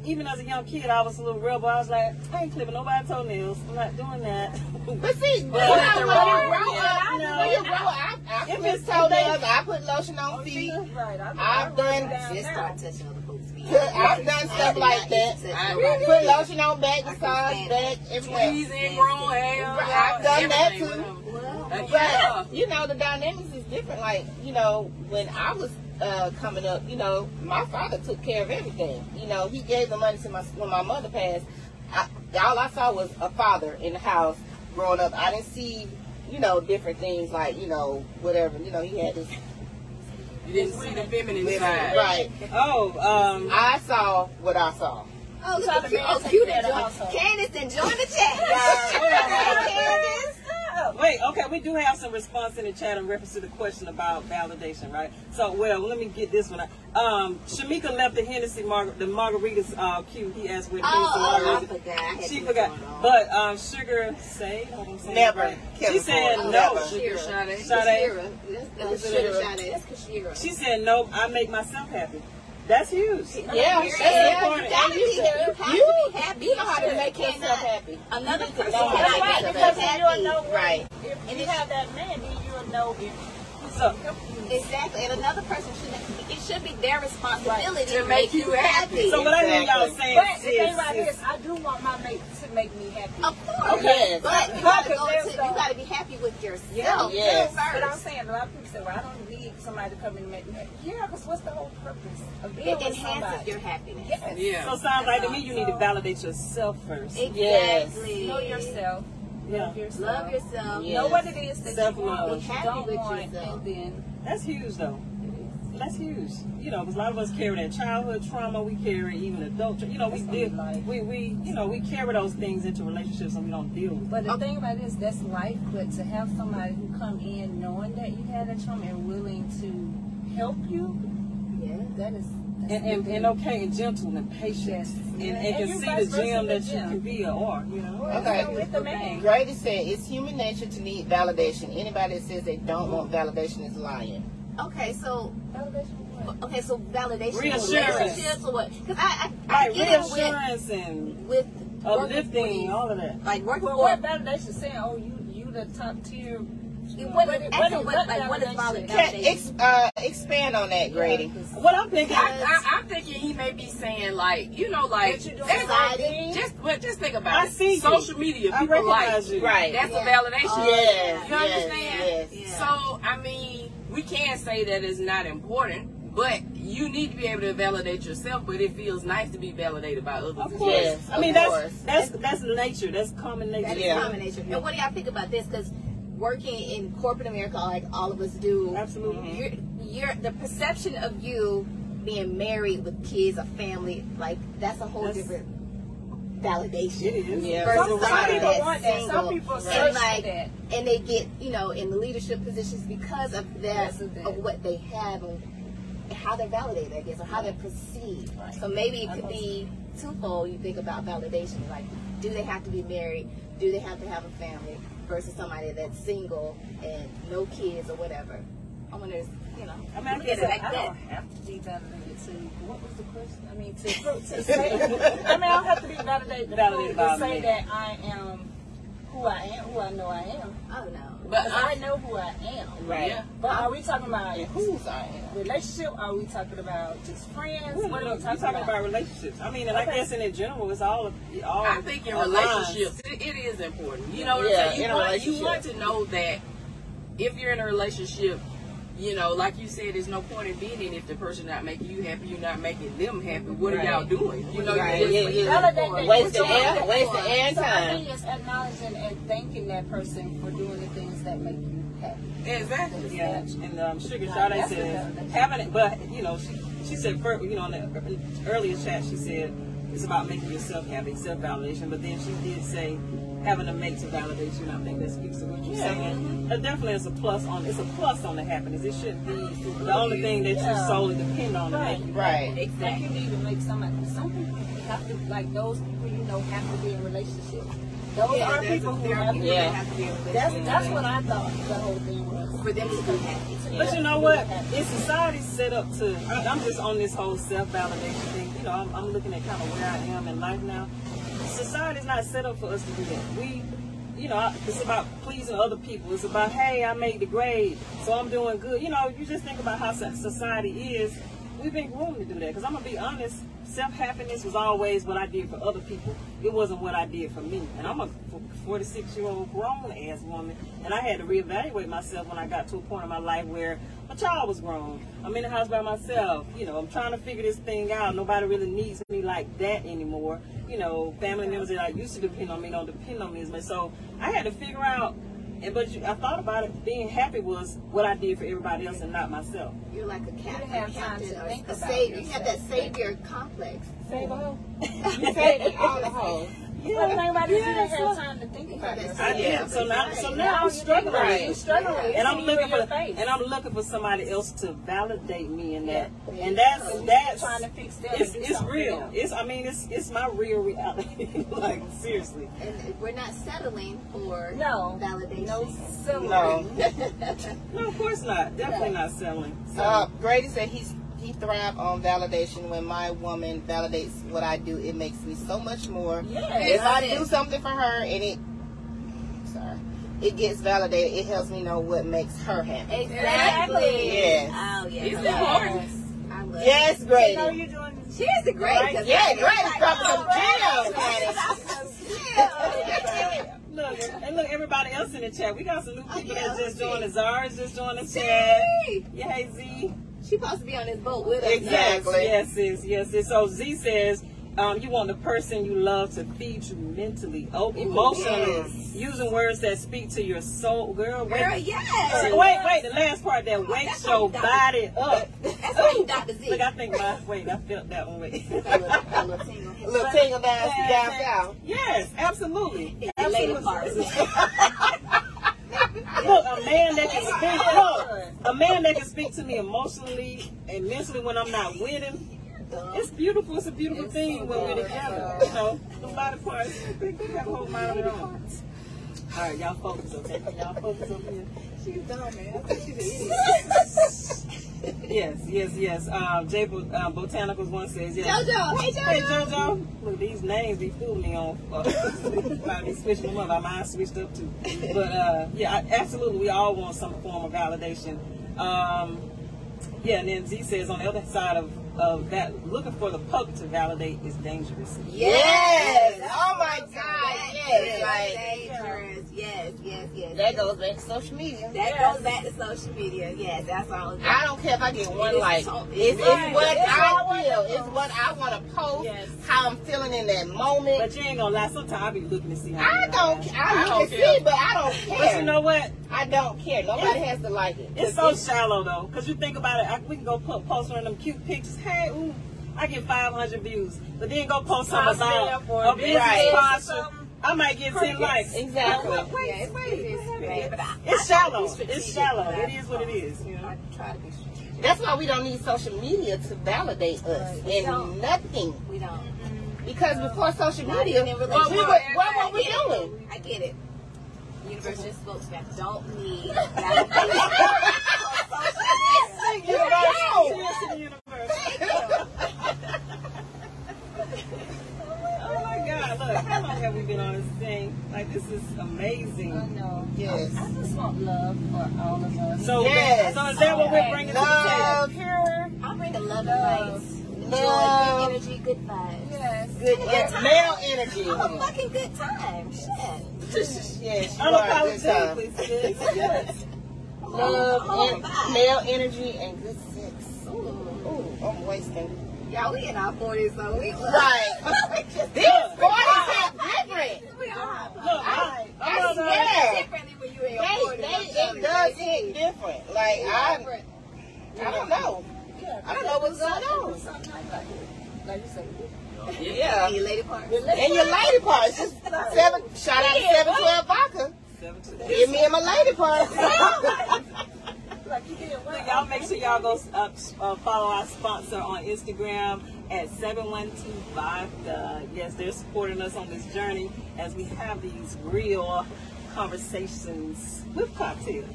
S1: even as a young kid, I was a little rebel. I was like, I ain't clipping nobody's toenails. I'm not doing that.
S3: But see, when,
S1: But
S3: I,
S1: they're
S3: when you
S1: wrong.
S3: grow up,
S1: Yeah.
S3: when you grow up, I, I
S1: If
S3: clip
S1: it's too late-
S3: toenails, I put lotion on feet.
S4: Right. I'm,
S3: I've done,
S2: Just start touching other folks' feet.
S3: I've done stuff like that. I put lotion on back, massage
S2: understand
S3: back, and wet.
S5: ingrown hair.
S3: I've done that
S5: everything
S3: too.
S5: with
S2: Well,
S5: them. Yeah.
S3: But you know, the dynamics is different. Like you know, when I was uh, coming up, you know, my father took care of everything. You know, he gave the money to my when my mother passed. I, all I saw was a father in the house growing up. I didn't see, you know, different things like you know whatever. You know, he had his
S5: You didn't see the feminine side.
S3: right.
S1: Oh, um,
S3: I saw what I saw.
S2: oh, look at you. Oh, cute. Candace, enjoy the chat. Candace.
S1: Wait, okay, we do have some response in the chat in reference to the question about validation, right? So, well, let me get this one. out. Um, Shamika left the Hennessy, mar- the margaritas uh, cue. He asked where the
S2: Oh, oh, I
S1: Hennessy margaritas.
S2: forgot. I had
S1: she
S2: to
S1: forgot.
S2: put on.
S1: But um, Sugar Say, I hope I'm saying that
S3: Never.
S1: right. She
S3: Kevin
S1: said
S3: Ford,
S1: no.
S3: never.
S5: Sugar
S2: Kashira.
S1: Sade.
S2: Kashira. That's uh, Sugar
S3: Kashira.
S2: Sade. That's Kashira.
S1: She said no. I make myself happy. That's huge.
S3: Yeah,
S1: That's
S3: yeah,
S1: important.
S2: gotta be-
S3: you,
S2: you have
S3: you,
S2: to be happy.
S3: you know how to
S2: You
S3: make
S2: cannot-
S3: yourself happy.
S2: Another
S3: You
S2: person
S3: know
S2: cannot
S3: how
S2: make
S3: to make
S2: themselves
S3: yourself happy.
S2: happy.
S3: Right.
S4: If you have that man, then you'll know if
S1: So,
S2: Exactly. And another person should it should be their responsibility
S5: To make you happy.
S1: so what I hear y'all
S3: Exactly.
S1: saying
S4: But the
S1: is-
S4: thing about
S1: is-
S4: this, I do want my mate to make me happy.
S2: Of course.
S3: Okay.
S2: But you
S4: Because
S2: gotta go
S4: there's
S2: to you
S4: some-
S2: gotta be happy with yourself
S3: Yes.
S4: But I'm
S2: first.
S4: saying a lot of people say, well, I don't need somebody to come and make me happy. Yeah, because what's the whole purpose of being
S2: It
S4: with
S2: enhances
S4: somebody?
S2: your happiness.
S4: Yes.
S5: Yeah.
S1: so sounds like to me you need to validate yourself first.
S3: Yes.
S2: Exactly.
S4: Know yourself.
S1: Yeah,
S4: Love yourself.
S2: Love yourself.
S3: Yeah.
S4: Know what it is that you
S1: Self-love.
S4: want,
S2: Be
S4: what you
S2: happy
S4: don't
S2: with
S4: want,
S2: yourself.
S4: and then
S1: that's huge though. That's huge. You know, 'cause a lot of us carry that childhood trauma. We carry even adult. tra- You know, we
S4: That's
S1: deal.
S4: what we like.
S1: We we you know we carry those things into relationships and we don't deal with.
S4: But the
S2: Oh.
S4: thing about it is that's life. But to have somebody who come in knowing that you had that trauma and willing to help you, yeah, that is.
S1: it.
S4: that's
S1: And, and,
S4: big.
S1: and okay, and gentle and patient,
S4: Yes.
S1: and,
S4: Yeah,
S1: and,
S4: and
S1: can
S4: you're
S1: see
S4: vice
S1: the
S4: versa
S1: gem
S4: in the
S1: that you
S4: gym.
S1: can be or are. You know,
S3: Okay.
S4: You're with the man.
S3: Grady said it's human nature to need validation. Anybody that says they don't want validation is lying.
S2: Okay, so
S4: Validation.
S2: okay, so validation
S1: Reassurance.
S2: relationships or what? Because I, I, I
S1: like
S2: get it with
S1: reassurance and
S2: with working
S1: uplifting,
S2: with-
S1: all of that.
S2: like working
S4: Well,
S2: for
S4: what validation saying? Oh, you you the top tier
S2: It wasn't
S4: What-
S2: asking what,
S4: what- what
S2: like, what is
S4: validation?
S2: valid
S3: Can,
S2: validation.
S3: ex, uh, expand on that, Grady.
S1: What I'm thinking
S5: I,
S1: is,
S5: I, I'm thinking he may be saying like, you know, like
S4: That you're doing
S5: that's
S4: the right thing.
S5: just but just think
S1: I
S5: about it.
S1: see you.
S5: Social media,
S1: I
S5: people like
S1: recognize you.
S3: Right.
S5: that's
S2: Yeah.
S5: a validation.
S3: Oh, yes,
S5: uh, You understand?
S3: yes, yes.
S5: So I mean, we can say that it's not important, but you need to be able to validate yourself. But it feels nice to be validated by others.
S1: Of
S5: as
S1: course.
S5: well.
S3: Yes,
S1: I mean,
S3: of
S1: that's
S3: course.
S1: that's that's nature. That's common nature.
S2: That is
S3: Yeah.
S2: combination. And what do y'all think about this? Because working in corporate America, like all of us do,
S1: Absolutely.
S2: you're, you're the perception of you being married with kids, a family, like that's a whole
S1: That's-
S2: different validation.
S1: It is.
S3: Yeah.
S2: Versus
S1: Some- some
S2: somebody
S1: people
S2: that's
S1: want that. Some
S2: single
S1: people
S2: and
S1: search
S4: for
S2: like,
S4: that.
S2: and they get you know in the leadership positions because of that
S4: Because of that.
S2: of what they have and how they're validated, I guess, or how they're perceived. So maybe it could be twofold. You think about validation, like do they have to be married? Do they have to have a family? Versus somebody that's single and no kids or whatever. I wonder, if, you know,
S1: I mean, I
S2: look at
S1: guess
S2: it like
S1: I
S2: that.
S1: don't-
S4: have to be validated to what was the question? I mean to, to say I
S1: say-
S4: mean I don't have to be validated,
S1: Validated
S4: to
S1: by
S4: say
S1: me.
S4: that I am who I am, who I know I am.
S2: I don't know.
S5: But
S4: Because
S5: I-
S4: I know who I am.
S3: Right.
S5: Yeah.
S4: But are we talking about
S3: And who's I am.
S4: relationship? Are we talking about just friends?
S1: Ooh,
S4: What
S1: look,
S4: are we
S1: you're
S4: talking,
S1: talking
S4: about?
S1: about relationships. I mean, and I
S4: Okay.
S1: guess in in general, it's all of all.
S5: I think in
S1: all
S5: relationships, it, it is important. You know what
S3: Yeah,
S5: I'm saying?
S3: in
S5: You
S3: a
S5: want, you want
S3: relationship.
S5: to know that if you're in a relationship, you know, like you said, there's no point in being in it if the person not making you happy, you're not making them happy. What
S3: Right.
S5: are y'all doing? You know,
S3: Right.
S5: you're
S3: Yeah,
S5: just
S3: yeah.
S4: Validate that
S3: Wasting
S4: you're doing
S3: air-
S4: that
S3: wasting
S4: for.
S3: air
S4: So I
S3: time.
S4: think it's acknowledging and thanking that person for doing the things that make you happy.
S5: exactly.
S1: Yeah, and um, Sugar Sade said having it, but you know, she, she said first, you know, in the earlier chat, she said it's about making yourself happy, self validation. But then she did say having a mate to validate you, and I think that speaks to what you're saying. It definitely is a plus on. It's a plus on the happiness. It shouldn't be the only thing that you
S4: Yeah.
S1: solely depend on to make you.
S3: Right.
S4: That can even make somebody. Some people you have to like those people you know have to be in relationships. Those
S2: Yeah,
S4: are
S2: there's
S4: people
S2: a-
S4: who
S2: there
S4: have
S2: are
S4: to.
S2: people
S3: Yeah.
S2: that have to be in a
S4: That's
S2: relationship
S4: that's what I thought the whole thing was.
S2: for them to be happy.
S1: But you know what? It's society set up to. I- I'm just on this whole self validation thing. You know, I'm, I'm looking at kind of where I am in life now. Society's not set up for us to do that. We, you know, I- it's about pleasing other people. It's about, hey, I made the grade, so I'm doing good. You know, you just think about how so- society is. We've been groomed to do that. Because I'm going to be honest, self happiness was always what I did for other people. It wasn't what I did for me. And I'm a 46 year old grown ass woman, and I had to reevaluate myself when I got to a point in my life where my child was grown. I'm in the house by myself. You know, I'm trying to figure this thing out. Nobody really needs me like that anymore. You know, family members that I used to depend on me don't depend on me as much. So I had to figure out. And but you, I thought about it. Being happy was what I did for everybody else and not myself.
S2: You're like a captain,
S4: have time
S2: captain
S4: to
S2: or
S4: think
S2: a
S4: about
S2: savior. uh, You have
S4: yourself.
S2: that savior complex.
S4: Save all.
S3: You said it all the whole.
S4: But everybody didn't
S1: Yes,
S4: have
S1: look.
S4: time to think
S2: Yeah,
S4: about
S2: that's
S4: this.
S1: I did. So now, so now I'm
S4: you think
S1: struggling.
S4: about it. You're struggling.
S1: and I'm
S4: It's in
S1: looking for
S4: your face.
S1: and I'm looking for somebody else to validate me in that. And that's that's
S4: trying to fix them.
S1: it's
S4: and do
S1: it's
S4: something
S1: real.
S4: else.
S1: It's I mean it's it's my real reality. like seriously.
S2: And we're not settling for
S4: No.
S2: validation.
S4: No silly.
S3: No.
S1: No, of course not. Definitely not selling. So
S3: Uh, Grady said he's he thrive on validation. When my woman validates what I do, it makes me so much more.
S4: Yes.
S3: If I do something for her and it, sorry, it gets validated. It helps me know what makes her happy.
S2: Exactly.
S3: Yes.
S2: Oh, yeah.
S5: It's
S2: Yes.
S5: important.
S2: I love it.
S3: Yes,
S4: You know
S3: Grady.
S4: you're doing this.
S2: She's the great.
S3: Yeah, Grady's from the jail, honey.
S1: look and look everybody else in the chat. We got some new people
S2: yeah,
S1: that's just
S2: let's
S1: joining us. Zara's just joining the chat. Yeah, hey Z.
S2: She supposed to be on this boat with us.
S3: Exactly.
S1: Yes, yes, yes, yes. So Z says, um, you want the person you love to feed you mentally, oh, emotionally, using words that speak to your soul, girl. Wait, Uh,
S2: Girl, yes. Oh,
S1: wait, wait. The last part that wakes
S2: That's
S1: your
S2: what
S1: body up.
S2: That's why you Dr. Z.
S1: Look, I think my wait, I felt that one. Wait.
S2: That little- that little tingle.
S3: Look, tingle down, down south.
S1: Yes, absolutely.
S2: The lady
S1: Absolutely.
S2: part.
S1: Look, a man that can speak. Look, a man that can speak to me emotionally and mentally when I'm not winning. It's beautiful. It's a beautiful thing when we're together. You know, the body parts. We have a whole mind of our own. All right, y'all focus, okay? Y'all focus over here.
S4: She's dumb, man. I think she's an idiot.
S1: Yes, yes, yes. Um, Jay Bo- uh, Botanicals one says yes.
S2: JoJo, hey JoJo.
S1: Hey JoJo, look these names be fooling me on. uh, I be switching them up. I mine switched up too. But uh, yeah, I- absolutely, we all want some form of validation. Um, yeah, and then Z says on the other side of, of that, looking for the puck to validate is dangerous.
S3: Yes. Oh my God. Yes. Like
S2: dangerous. Yes, yes, yes.
S3: that goes back to social media.
S2: That goes back to social media. Yes, that's all. it's
S3: I don't care if I get
S2: It
S3: one
S2: is
S3: like.
S2: so-
S3: It's,
S2: Right.
S3: it's what
S2: It's all
S3: I feel. It's what I want to post.
S1: Yes.
S3: How I'm feeling in that moment.
S1: But you ain't gonna lie. Sometimes I be looking to see. How
S3: I
S1: you
S3: don't.
S1: guys-
S3: I,
S1: don't
S3: look and
S1: care.
S3: see, but I don't care.
S1: But you know what?
S3: I don't care. Nobody has to like it.
S1: It's so shallow though, because you think about it. I, we can go put post one of them cute pictures. Hey, ooh, I get 500 views, but then go post something about a business
S3: business or
S1: sponsor. I might get 10 likes.
S3: exactly.
S2: Yeah, it's- it's great.
S1: It's shallow. It's
S2: strategic,
S1: shallow.
S2: but I-
S1: It is what it is. You know.
S2: I try to be strategic.
S3: That's why we don't need social media to validate us
S2: We
S3: in
S2: don't.
S3: nothing.
S2: We don't.
S3: Because before social
S2: Not
S3: media,
S2: even in
S3: what, we
S2: relation-
S3: were, what were we doing?
S2: I get it. Universe just spoke back. Don't need. validation.
S3: You know.
S1: Yes, in the universe. Oh my God! Look, how long have we been on this thing? Like this is
S4: I
S1: amazing.
S4: know.
S3: Yes.
S4: I just want love for all of us.
S1: So,
S3: Yes.
S1: so is that what we're bringing
S3: Love.
S1: to the table?
S2: I bring a love and light,
S3: Love.
S2: joy, good energy, good vibes.
S4: yes.
S3: Good en- male
S2: I'm a
S3: energy.
S2: fucking good time. Shit.
S3: Yes, you are a good time.
S1: Unapologetically, sis. Yes.
S3: Love,
S2: Oh,
S3: en-
S2: vibe.
S3: male energy, and good sex. Ooh, I'm wasting.
S2: Y'all, we in our 40s, so we
S3: Right. These parties hit different.
S2: we are.
S1: Look, I, I
S3: I
S1: don't know.
S3: swear.
S2: Differently when you in your
S3: They,
S2: 40s. I'm
S3: they,
S2: telling
S3: it
S2: you,
S3: does
S2: baby.
S3: hit different. Like, I,
S2: Different.
S3: I don't know. I don't know what's going on.
S4: Something like that. Like you say,
S3: Yeah.
S2: Your lady part.
S3: And your lady part. It's just seven, shout out to 712 Vodka.
S1: Seven to-
S3: Give me and my lady part.
S4: like you did well.
S1: Look, y'all make sure y'all go uh, uh, follow our sponsor on Instagram at 7125. Uh, yes, they're supporting us on this journey as we have these real conversations with cocktails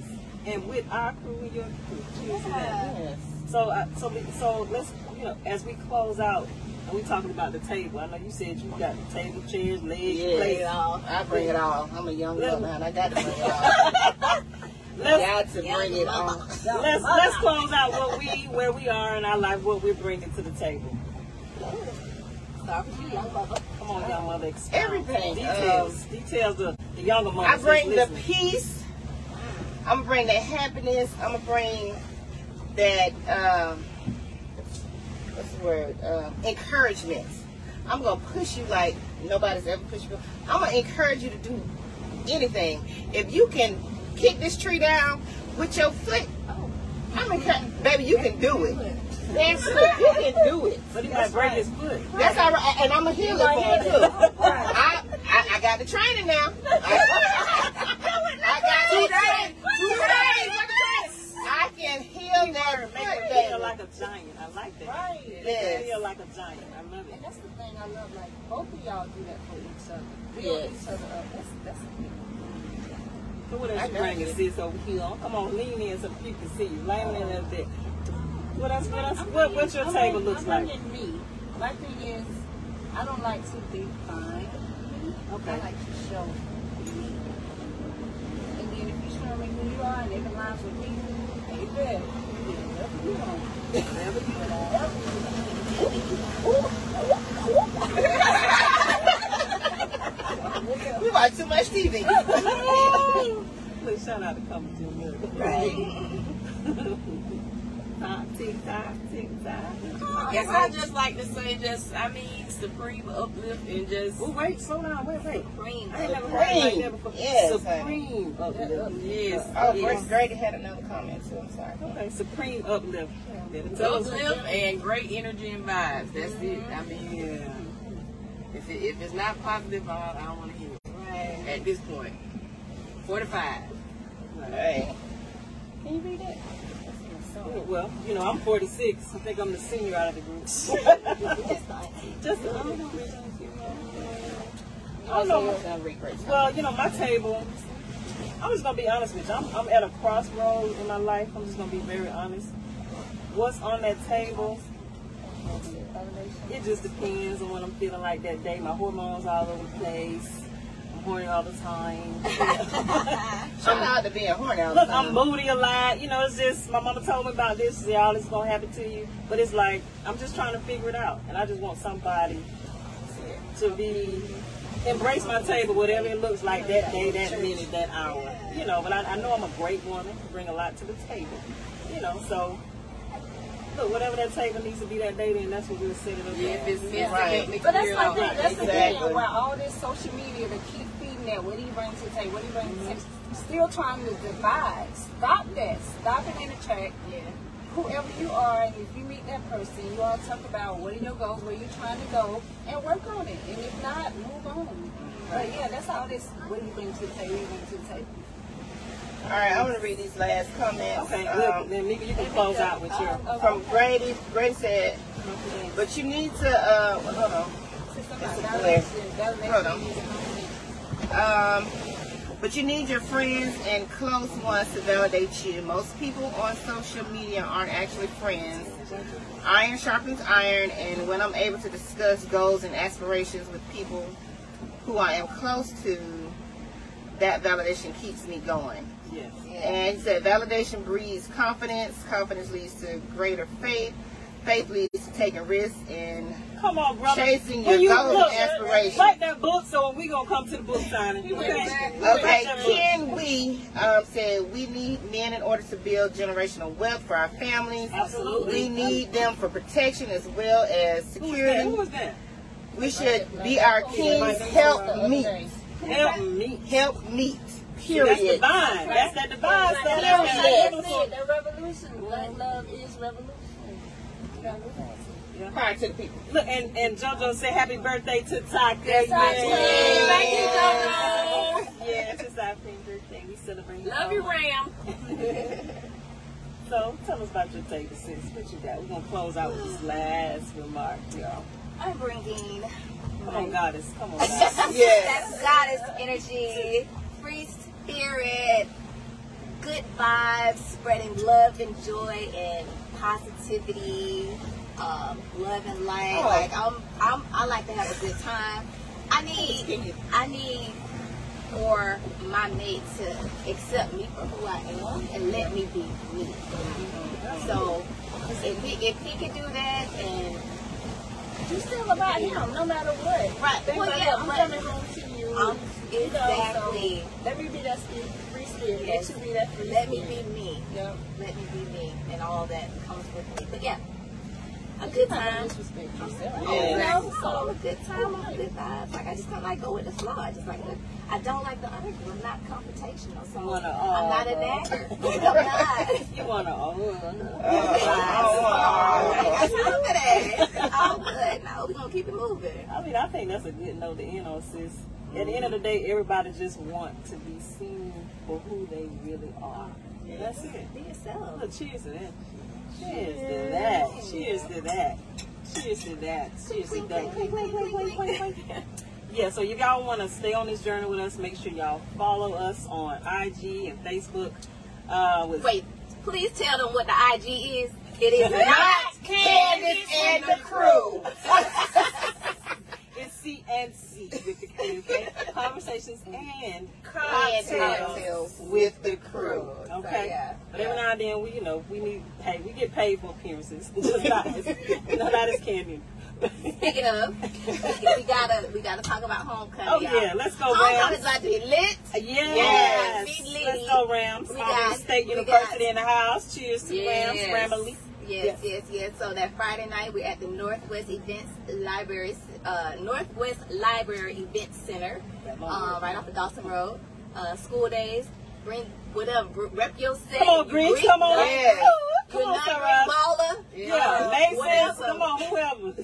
S1: and with our crew and your crew. Cheers to that.
S3: Yes.
S1: So, uh, so, we, so let's, you know, as we close out, and we talking about the table. I know you said you got the table, chairs, legs,
S3: Yeah.
S1: plates.
S3: I bring it all. I'm a young girl now. and I got to bring it all.
S1: Let's
S3: Got to bring it all.
S1: let's let's close out what we where we are in our life, what we're bringing to the table.
S2: Sorry for you, young mother.
S1: Come on, young mother. expound.
S3: Everything,
S1: Details. details. The, the younger mother.
S3: I bring the peace. I'm gonna bring that happiness. I'm gonna bring that um, what's the word? Um encouragement. I'm gonna push you like nobody's ever pushed you. I'm gonna encourage you to do anything. If you can kick this tree down with your foot, I'm encouraging. Baby, you can do it. That's it. You can do it.
S1: But he might break his foot.
S3: That's all right, and I'm a healer for it too. I, I I got the training now. I, I got two days. Two days. worth of training. I can heal that
S1: Make her
S3: foot,
S1: feel
S3: baby.
S1: like a giant. I like that.
S4: Right.
S3: Yes.
S1: Feel like a giant. I love
S4: And
S1: it.
S4: that's the thing I love. Like both of y'all do that for each other. We hold
S3: Yes.
S4: each other up. That's that's
S1: So what else
S3: I
S1: you
S3: know
S1: bringing,
S3: it.
S1: sis, over here? Come on, lean in so people can see you. Lean in a little bit. What else? What else? What, what your
S4: I'm
S1: table
S4: bringing-
S1: looks
S4: I'm
S1: like?
S4: bringing me. My thing is, I don't like to define. me. I
S1: Okay.
S4: like to show me. And then if you show me who you are and it aligns with me, hey, good. Whatever you want.
S3: We watch too much TV.
S1: Please shout out to come to America. Right. tick tock, tick tock.
S5: Yes, I just like to say, just I mean, supreme uplift and just
S1: Oh wait, slow down, wait, wait.
S2: Supreme.
S1: I ain't never heard it like that before.
S3: Yes.
S1: Supreme uplift.
S5: yes,
S3: Oh,
S5: yes.
S3: Grace Grady had another comment too. I'm sorry.
S1: Okay, supreme uplift. Better tell us-
S5: uplift and great energy and vibes. That's it. I mean,
S1: Yeah.
S5: if it, if it's not positive, I, I don't want to hear it
S2: Right.
S5: at this point. Forty-five.
S3: Hey,
S1: Well, you know, I'm 46. I think I'm the senior out of the group. Just,
S2: That's fine.
S1: I don't know.
S3: I don't know what's gonna read Grace.
S1: Well, you know, my table, I'm just going to be honest with you. I'm, I'm at a crossroad in my life. I'm just going to be very honest. what's on that table, it just depends on what I'm feeling like that day. My hormones all over the place. I'm horny all the time.
S3: Shout out to being horny all the
S1: Look, I'm
S3: time.
S1: moody a lot. You know, it's just my mama told me about this. She said, all this gonna happen to you. But it's like I'm just trying to figure it out, and I just want somebody to be embrace my table, whatever it looks like that day, that minute, that hour. You know, but I, I know I'm a great woman. I bring a lot to the table. You know, so. Look, whatever that table needs to be that day, then that's what we'll set it up.
S5: If it's missing,
S3: Right.
S5: it makes
S4: But that's
S5: you
S4: my
S5: all
S4: thing.
S5: right.
S4: That's the
S3: Exactly.
S4: thing. Where all this social media to keep feeding that. What do you bring to the table? What do you bring to the table? Still trying to divide. Stop that. Stop it in the track. Yeah. Whoever you are, and if you meet that person, you all talk about what are your goals, where you trying to go, and work on it. And if not, move on. But yeah, that's all this. What do you bring to the table? What do you bring to the table?
S3: All right, I'm gonna read these last comments.
S1: Okay,
S3: Um,
S1: look, then Mika, you can close out with your.
S3: from Grady. Grady said, but you need to, uh, well, hold on. That's a glare. Hold on. Um, but you need your friends and close ones to validate you. Most people on social media aren't actually friends. Iron sharpens iron, and when I'm able to discuss goals and aspirations with people who I am close to, that validation keeps me going.
S1: Yes.
S3: And he said validation breeds confidence. Confidence leads to greater faith. Faith leads to taking risks and
S1: Come on, brother.
S3: Chasing
S1: When
S3: your
S1: you
S3: goals
S1: look,
S3: and aspirations.
S1: Like that book, so when we gonna come to the book signing. Okay.
S3: Okay, can we um, said we need men in order to build generational wealth for our families.
S1: Absolutely.
S3: We need them for protection as well as
S1: Who is that? Who
S3: security.
S1: is that?
S3: We should be our king's help meet.
S1: Help me.
S3: Help meet.
S1: That's
S3: Period.
S1: divine. That's that divine stuff. That's that
S3: Period.
S1: biblical.
S4: The revolution. Black love is revolution.
S3: Prior to the people.
S1: Look, and, and JoJo said happy birthday to Taka. Yes.
S4: Thank
S1: Yes.
S4: you,
S1: Yes, it's our pink birthday. We celebrate.
S5: Love you, Ram.
S1: So tell us about your table, sis. What you got? We're gonna close out with this last remark, y'all.
S2: I'm bringing
S1: Come on, goddess. Come on, goddess.
S3: Yes.
S2: That's goddess energy, free spirit, good vibes, spreading love and joy and positivity, um, love and light.
S3: Oh.
S2: Like I'm, I'm, I like to have a good time. I need, I need for my mate to accept me for who I am and let me be me. So if he, if he can do that and
S4: You still about him, no matter what.
S2: right,
S4: Think
S2: well,
S4: about
S2: yeah,
S4: that. I'm
S2: but-
S4: coming home to you.
S2: Um,
S4: You know, so
S2: exactly.
S4: let me be that spirit, free spirit.
S2: Yes.
S4: Let you be that free
S2: Let me
S4: spirit.
S2: be me.
S4: Yep.
S2: Let me be me, and all that comes with me. But yeah, a good time.
S4: Disrespect yourself.
S2: Oh, you
S3: Yeah.
S2: know, so a good time, a good vibes. Like I just don't like go with the flow. I just like to, I don't like the argue. I'm not confrontational, so
S1: Wanna, uh,
S2: I'm not a nagger. I'm
S1: You wanna? Oh,
S3: Uh, I
S2: not. That's not for that. It's all good. No, we're gonna keep it moving.
S1: I mean, I think that's a good note to end on, sis. At the end of the day, everybody just want to be seen for who they really are. That's it.
S2: Be yourself.
S1: Look, cheers to that. Cheers to that. Cheers to that. Cheers to that. Cheers to that. Yeah, so if y'all want to stay on this journey with us, make sure y'all follow us on IG and Facebook. Uh, with
S2: Wait, please tell them what the IG is. It is not
S3: Candace and the crew.
S1: It's CNC with the K, okay? Conversations and
S3: And
S1: cocktails.
S3: cocktails with the crew.
S1: Okay.
S2: So, yeah.
S1: But every now and then, we you know we need hey we get paid for appearances, just not as no, not as candy.
S2: Speaking of, we gotta we gotta talk about homecoming.
S1: Oh
S2: y'all.
S1: yeah, let's go
S2: homecoming's
S1: Rams.
S2: about to be lit.
S1: Yes,
S2: Yes, big
S1: let's
S2: league.
S1: go Rams.
S2: We
S1: Auburn
S2: got-
S1: State
S2: we got-
S1: University in the house. Cheers to
S2: Yes.
S1: Rams, Ramily.
S2: Yes, yes, yes. So that Friday night we're at the Northwest Events Library, uh, Northwest Library Event Center, uh, right off the Dawson Road. Uh, school days, bring whatever, gr- rep your set.
S1: Come on, Grinch. Come on,
S3: Yes.
S1: come on, Sarah.
S2: Sarah. Uh,
S1: Yeah, Masons. Come on, whoever.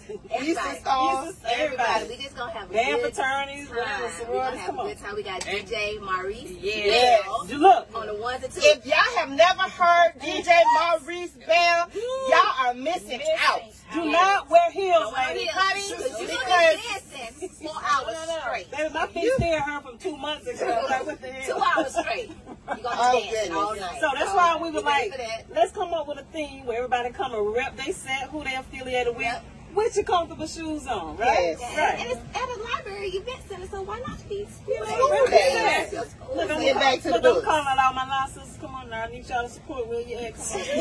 S3: Easter stars.
S2: Everybody, we just gonna have a
S1: Band
S2: good
S1: fraternities, whatever,
S2: time. We're gonna
S1: sororities.
S2: have
S1: Come
S2: a
S1: on.
S2: good time. We got DJ Maurice.
S3: Yes.
S2: Bell
S1: You look.
S2: On the ones and twos.
S3: If y'all have never heard DJ Maurice Bell, y'all are missing out.
S1: Do not wear heels,
S2: Don't worry,
S1: ladies.
S2: honey, 'cause you gonna
S3: Because-
S2: be dancing four hours straight.
S1: Baby, my feet still hurt from two months ago. Like, what the hell?
S2: Two hours straight. You're gonna
S3: Oh,
S2: dance all
S3: goodness.
S2: night.
S1: So that's why we
S2: You
S1: were
S2: ready
S1: like,
S2: for that?
S1: let's come up with a thing where everybody come and rep they set, who they affiliated with, with your comfortable shoes on, right?
S3: Yes.
S2: And
S1: Right.
S2: it's at a library event center, so why not be
S1: You know,
S2: school?
S1: rep that.
S3: Yes.
S1: Look, I'm,
S3: Get back to the
S1: look, I'm
S3: books.
S1: calling all my losses. Come on now, I need y'all to support where you at. Come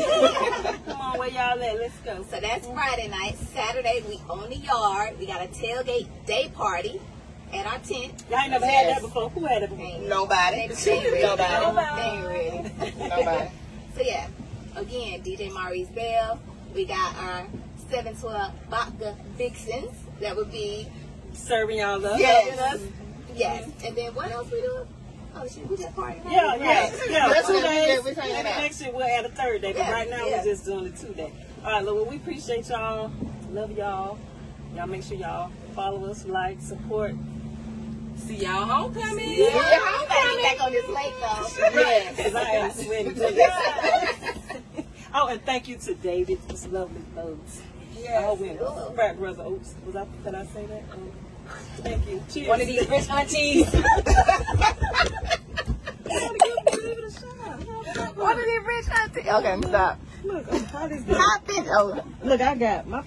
S1: on, come on, where y'all at? Let's go.
S2: So that's Friday night. Saturday, we on the yard. We got a tailgate day party at our tent.
S1: Y'all ain't never had that before. Who had it before?
S2: Ain't
S3: Nobody.
S2: ain't ready.
S3: Nobody.
S2: Ain't ready.
S3: Nobody.
S2: So yeah, again, DJ Maurice Bell. We got our 712 Vodka Vixens. That would be,
S1: Serving y'all up.
S3: Yes.
S1: Us.
S2: yes. And then what else we doing? Oh, shit, we just partying. right?
S1: Yeah, yeah, yeah.
S3: That's
S1: two
S3: what we
S1: days.
S3: did. We're talking
S1: Maybe
S3: about.
S1: next year we'll add a third day, but
S2: Yeah,
S1: right now
S2: yeah.
S1: we're just doing the two day. All right, Lord, well, we appreciate y'all. Love y'all. Y'all make sure y'all follow us, like, support.
S5: See y'all homecoming.
S3: Yeah.
S2: I'm about to get back on this late though.
S3: Yes.
S1: Because I am sweating. please. oh, and thank you to David, this lovely folks. Yeah. Oh, well, frat brother. Oops, was I? Did I say that? Um, thank you. Cheers. One of these rich aunties.
S3: What did it reach out to? Okay, stop.
S1: Look, I'm proud as hell.
S3: I've been, oh,
S1: Look, I got my